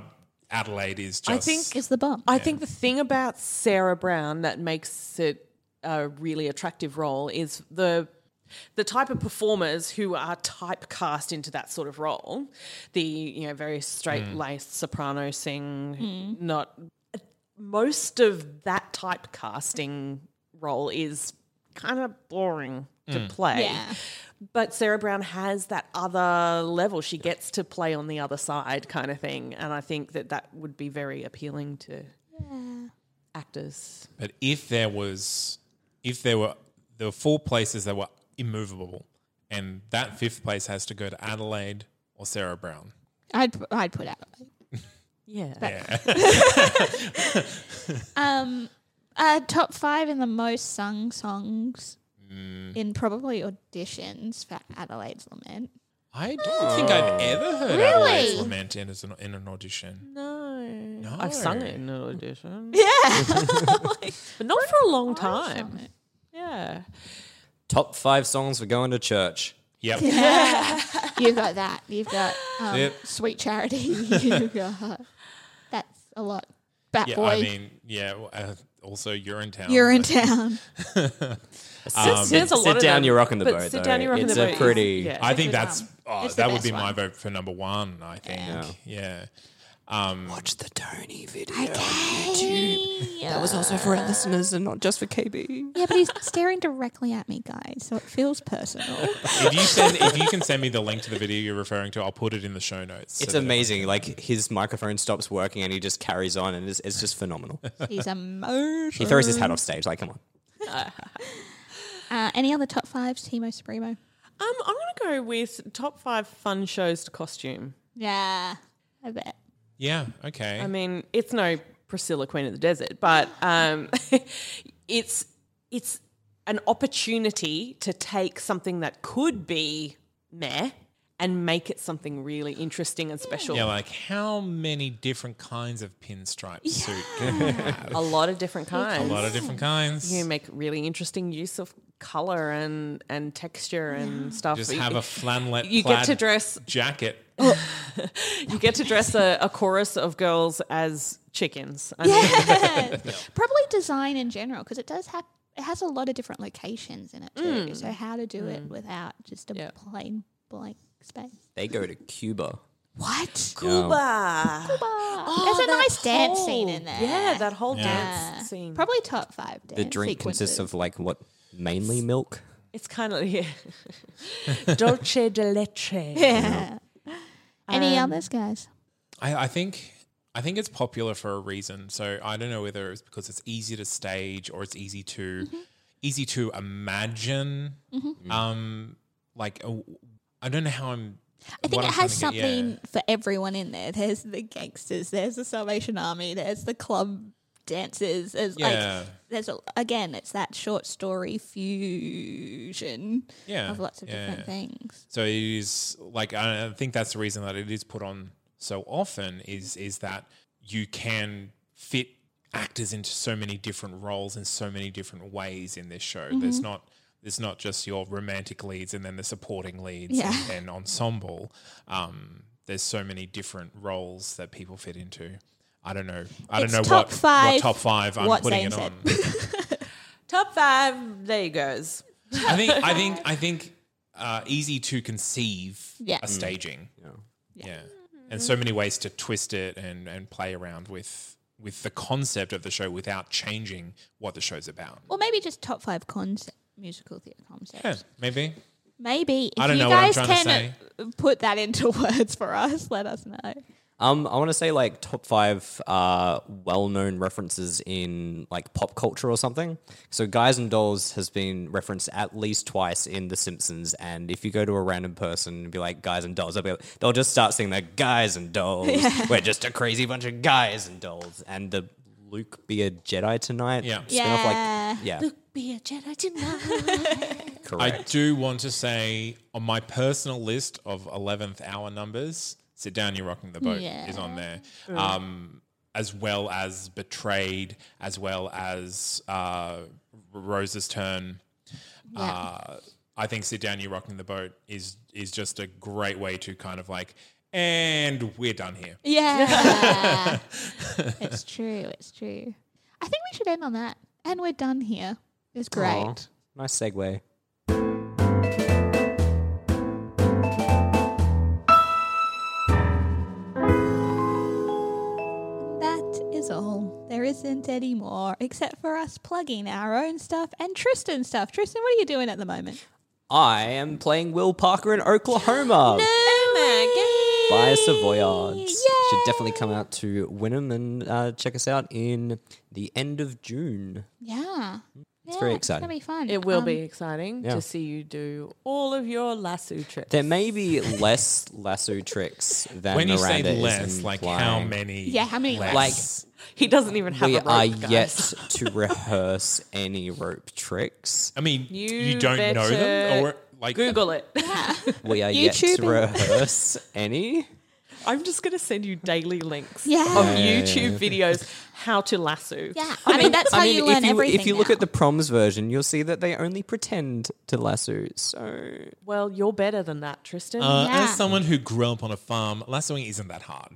S2: Adelaide is just.
S3: I think
S1: Is the bomb.
S3: I think the thing about Sarah Brown that makes it a really attractive role is the the type of performers who are typecast into that sort of role. The you know very straight laced soprano sing, not most of that typecasting role is kind of boring
S4: Mm.
S3: to play.
S1: Yeah.
S3: But Sarah Brown has that other level. She gets to play on the other side, kind of thing. And I think that that would be very appealing to actors.
S2: But if there was, if there were, there were four places that were immovable, and that fifth place has to go to Adelaide or Sarah Brown.
S1: I'd, I'd put out.
S3: Yeah.
S1: Um, uh, top five in the most sung songs
S2: Mm.
S1: in probably auditions for Adelaide's Lament.
S2: I don't think
S3: Oh.
S2: I've ever heard Adelaide's
S1: Really?
S2: lament in, as an, in an audition.
S3: No.
S2: No.
S3: I've sung it in an audition,
S1: *laughs* Yeah.
S3: *laughs* but not for a long time. Yeah.
S4: Top five songs for going to church.
S2: Yep.
S1: You've got that. You've got um,
S2: Yep.
S1: Sweet
S2: *laughs*
S1: Charity. You've got, that's a lot. Bat
S2: Yeah.
S1: Boy.
S2: I mean, um, yeah. well, Uh, also, you're in town.
S1: You're in
S2: but-
S1: town.
S3: There's- there's a
S4: Um, sit
S3: lot of
S4: down,
S3: them,
S4: you're rocking the
S3: but
S4: boat.
S3: Sit
S4: though.
S3: down, you're rocking
S4: it's
S3: the boat.
S4: a
S3: is-
S4: pretty.
S3: yeah.
S2: I think that's oh,
S1: It's the
S2: that would be
S1: best
S2: my
S1: one.
S2: vote for number one. I think. Yeah.
S4: Watch the Tony video on YouTube. That was also for our listeners and not just for KB.
S1: Yeah, but he's staring directly at me, guys, so it feels personal.
S2: If you send, if you can send me the link to the video you're referring to, I'll put it in the show notes. so
S4: It's
S2: that everyone
S4: amazing. Like his microphone stops working and he just carries on, and it's, it's just phenomenal.
S1: He's a murderer.
S4: he throws his hat off stage. Like, come on.
S1: Uh, any other top fives? Timo Supremo.
S3: Um, I'm going to go with top five fun shows to costume.
S1: Yeah, I bet. *laughs*
S2: Yeah. Okay.
S3: I mean, it's no Priscilla Queen of the Desert, but um, *laughs* it's it's an opportunity to take something that could be meh and make it something really interesting and special.
S2: yeah. Like how many different kinds of pinstripe suit? can you have?
S3: A lot of different
S2: A
S3: kinds.
S2: lot of different kinds.
S3: you make really interesting use of color and and texture and stuff.
S2: Just
S3: You-
S2: have a flannelette.
S3: you get to
S2: plaid
S3: dress-
S2: jacket.
S3: *laughs* you get to dress a, a chorus of girls as chickens. I mean,
S1: Probably design in general because it does have it has
S3: Mm.
S1: a lot of different locations in it too. So how to do it without just a plain blank Space.
S4: They go to Cuba.
S1: What?
S3: Cuba.
S1: There's a
S3: Oh, that
S1: nice dance scene
S3: whole-
S1: in there.
S3: Yeah, that whole
S1: Yeah.
S3: dance scene.
S1: Probably top five dance
S4: The drink consists
S1: sequences.
S4: of like what? Mainly milk.
S3: It's kind of *laughs* yeah. Dolce de
S1: *laughs*
S3: leche.
S1: Yeah. Any
S3: Um,
S1: others, guys?
S2: I, I think I think it's popular for a reason. So I don't know whether it's because it's easy to stage or it's easy to
S1: Mm-hmm.
S2: easy to imagine. Um, like uh, I don't know how I'm.
S1: I think
S2: what
S1: it
S2: I'm trying
S1: has
S2: to get- yeah.
S1: something for everyone in there. There's the gangsters, there's the Salvation Army, there's the club dancers. There's
S2: Yeah.
S1: like there's a, again, it's that short story fusion
S2: Yeah,
S1: of lots of
S2: yeah.
S1: different things.
S2: So it is like I I think that's the reason that it is put on so often is is that you can fit actors into so many different roles in so many different ways in this show.
S1: Mm-hmm.
S2: There's not there's not just your romantic leads and then the supporting leads
S1: Yeah.
S2: and, and ensemble. Um, there's so many different roles that people fit into. I don't know. I
S1: It's
S2: don't know
S1: top
S2: what,
S1: five,
S2: what top five I'm
S1: what
S2: putting
S1: Zane
S2: it
S1: said.
S2: on.
S3: Top five. There you goes.
S2: I think I
S1: *laughs*
S2: think I think uh, easy to conceive
S1: Yeah.
S2: a
S1: Mm.
S2: staging. Yeah. Mm-hmm. And so many ways to twist it and, and play around with with the concept of the show without changing what the show's about.
S1: Or maybe just top five concept musical theatre concepts.
S2: Yeah, maybe.
S1: Maybe if
S2: I don't
S1: you
S2: know what I'm
S1: guys
S2: trying to
S1: can uh, put that into *laughs* words for us, let us know. *laughs*
S4: Um, I want to say like top five uh, well-known references in like pop culture or something. So Guys and Dolls has been referenced at least twice in The Simpsons, and if you go to a random person and be like Guys and Dolls, they'll, be like, they'll just start singing like Guys and Dolls. *laughs* We're just a crazy bunch of guys and dolls, and the Luke be a Jedi tonight.
S2: Yeah.
S4: spin-off,
S1: Yeah.
S4: Like, yeah.
S3: Be a Jedi tonight.
S4: correct.
S2: I do want to say on my personal list of eleventh hour numbers, "Sit Down, You're Rocking the Boat"
S1: Yeah.
S2: is on there, um, as well as "Betrayed," as well as uh, "Rose's Turn." Uh, I think "Sit Down, You're Rocking the Boat" is is just a great way to kind of like, and we're done here.
S4: *laughs*
S1: Yeah. it's true. It's true. I think we should end on that. And we're done here. It was great.
S4: Aw, nice segue.
S1: That is all. There isn't any more, except for us plugging our own stuff and Tristan stuff. Tristan, what are you doing at the moment?
S4: I am playing Will Parker in Oklahoma. by Savoyards. Should definitely come out to Wynnum and uh, check us out in the end of June.
S1: Yeah.
S4: It's very exciting.
S1: It's gonna be fun.
S3: It will
S1: Um,
S3: be exciting
S4: yeah.
S3: to see you do all of your lasso tricks.
S4: There may be less lasso tricks than
S2: when you
S4: Miranda
S2: say
S4: is
S2: less, like how
S4: implying.
S2: many?
S1: Yeah, how many
S2: less?
S4: Like-
S3: He doesn't even have
S4: We
S3: a rope,
S4: are
S1: *laughs*
S3: guys.
S4: yet to rehearse any rope tricks.
S2: I mean, you,
S3: You
S2: don't know them, or
S3: better
S2: like
S3: Google it.
S4: We are yet to
S1: YouTubing.
S4: rehearse any.
S3: *laughs* I'm just going to send you daily links
S1: Yeah.
S3: of YouTube videos how to lasso.
S1: Yeah. I mean, that's how
S4: I mean,
S1: you
S4: if
S1: learn
S4: you,
S1: everything.
S4: If you look
S1: now.
S4: at the proms version, you'll see that they only pretend to lasso. So
S3: Well, you're better than that, Tristan.
S2: Uh,
S1: Yeah.
S2: As someone who grew up on a farm, lassoing isn't that hard.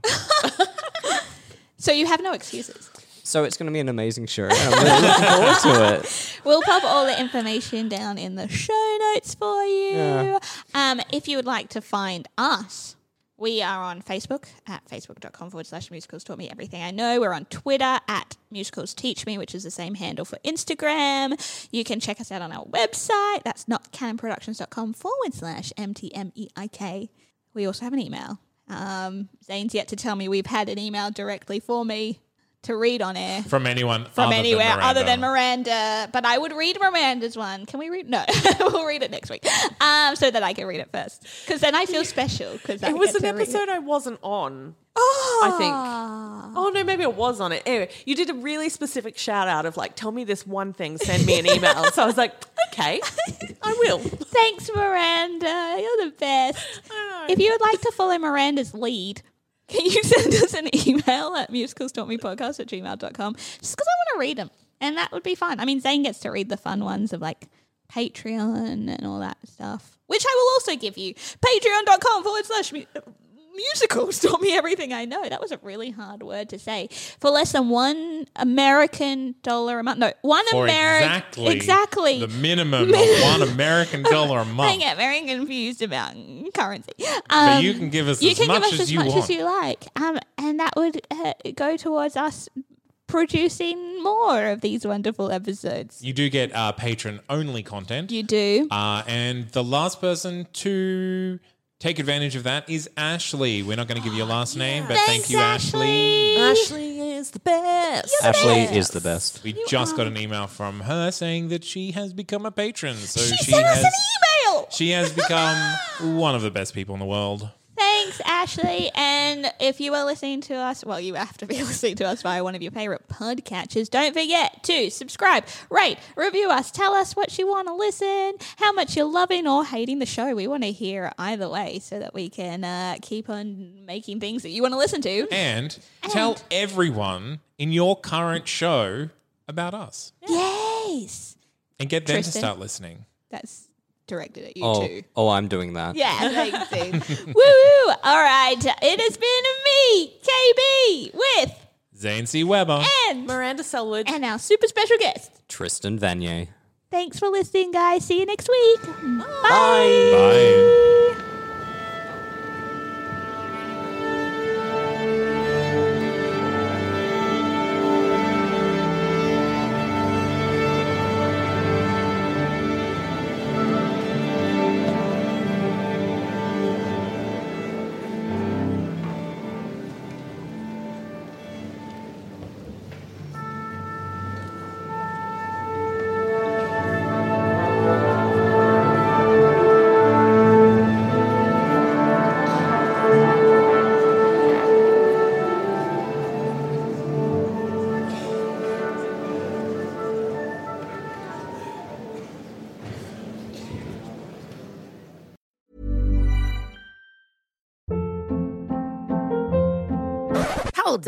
S1: So you have no excuses.
S4: so it's going to be an amazing show. and I'm really looking forward to it.
S1: We'll pop all the information down in the show notes for you. Um, if you would like to find us, we are on Facebook at facebook.com forward slash musicals taught me everything I know. We're on Twitter at musicals teach me, which is the same handle for Instagram. You can check us out on our website. That's notcanonproductions.com forward slash MTMEIK. E We also have an email. Um, Zane's yet to tell me we've had an email directly for me to read on air
S2: From anyone
S1: *laughs* from
S2: other than
S1: anywhere other than
S2: Miranda.
S1: Miranda. But I would read Miranda's one. Can we read? No, *laughs* we'll read it next week, um, so that I can read it first, because then I feel special. Because
S3: it was an episode I wasn't on.
S1: Oh,
S3: I think. Oh no, maybe it was on it. Anyway, you did a really specific shout out of like, tell me this one thing, send me an email.
S1: *laughs*
S3: so I was like, okay, I will.
S1: Thanks, Miranda. You're the
S3: *laughs*
S1: best. If you would like to follow Miranda's lead, can you *laughs* send us an email at musicalstalkmepodcast at gmail.com? Just because I want to read them. And that would be fun. I mean, Zane gets to read the fun ones of like Patreon and all that stuff, which I will also give you. Patreon.com forward slash mu- musicals taught me everything I know. That was a really hard word to say. For less than one American dollar a month. No, one
S2: For
S1: American.
S2: exactly,
S1: Exactly. *laughs*
S2: the minimum of one American dollar a
S1: I
S2: month.
S1: get very confused about currency. Um,
S2: But you can give us
S1: you
S2: as
S1: can give
S2: much
S1: us
S2: as
S1: as
S2: you
S1: much as
S2: want.
S1: you like, um, and that would uh, go towards us producing more of these wonderful episodes.
S2: You do get uh, patron only content.
S1: You do.
S2: Uh, and the last person to take advantage of that is Ashley. We're not going to give you
S1: *gasps*
S2: a last name, but thank you, Ashley.
S3: Ashley is the best.
S4: Ashley is the best.
S2: We just got an email from her saying that she has become a patron. So she,
S1: Send us
S2: has
S1: an email.
S2: she has
S1: *laughs*
S2: become one of the best people in the world.
S1: Thanks, Ashley. And if you are listening to us, well, you have to be *laughs* listening to us via one of your favorite podcatchers. Don't forget to subscribe, rate, review us, tell us what you want to listen, how much you're loving or hating the show. We want to hear either way so that we can uh, keep on making things that you want to listen to.
S2: And, tell everyone in your current show about us
S1: Yes.
S2: and get them to
S1: Tristan.
S2: start listening.
S1: That's directed at you
S4: Oh,
S1: too.
S4: oh, I'm doing that.
S1: Yeah, *laughs* thanks, Woo! All right. It has been me, KB, with
S2: Zane C. Weber.
S1: and,
S3: Miranda Selwood.
S1: and our super special guest.
S4: Tristan Vanier.
S1: Thanks for listening, guys. See you next week. Bye.
S2: Bye.
S5: Hold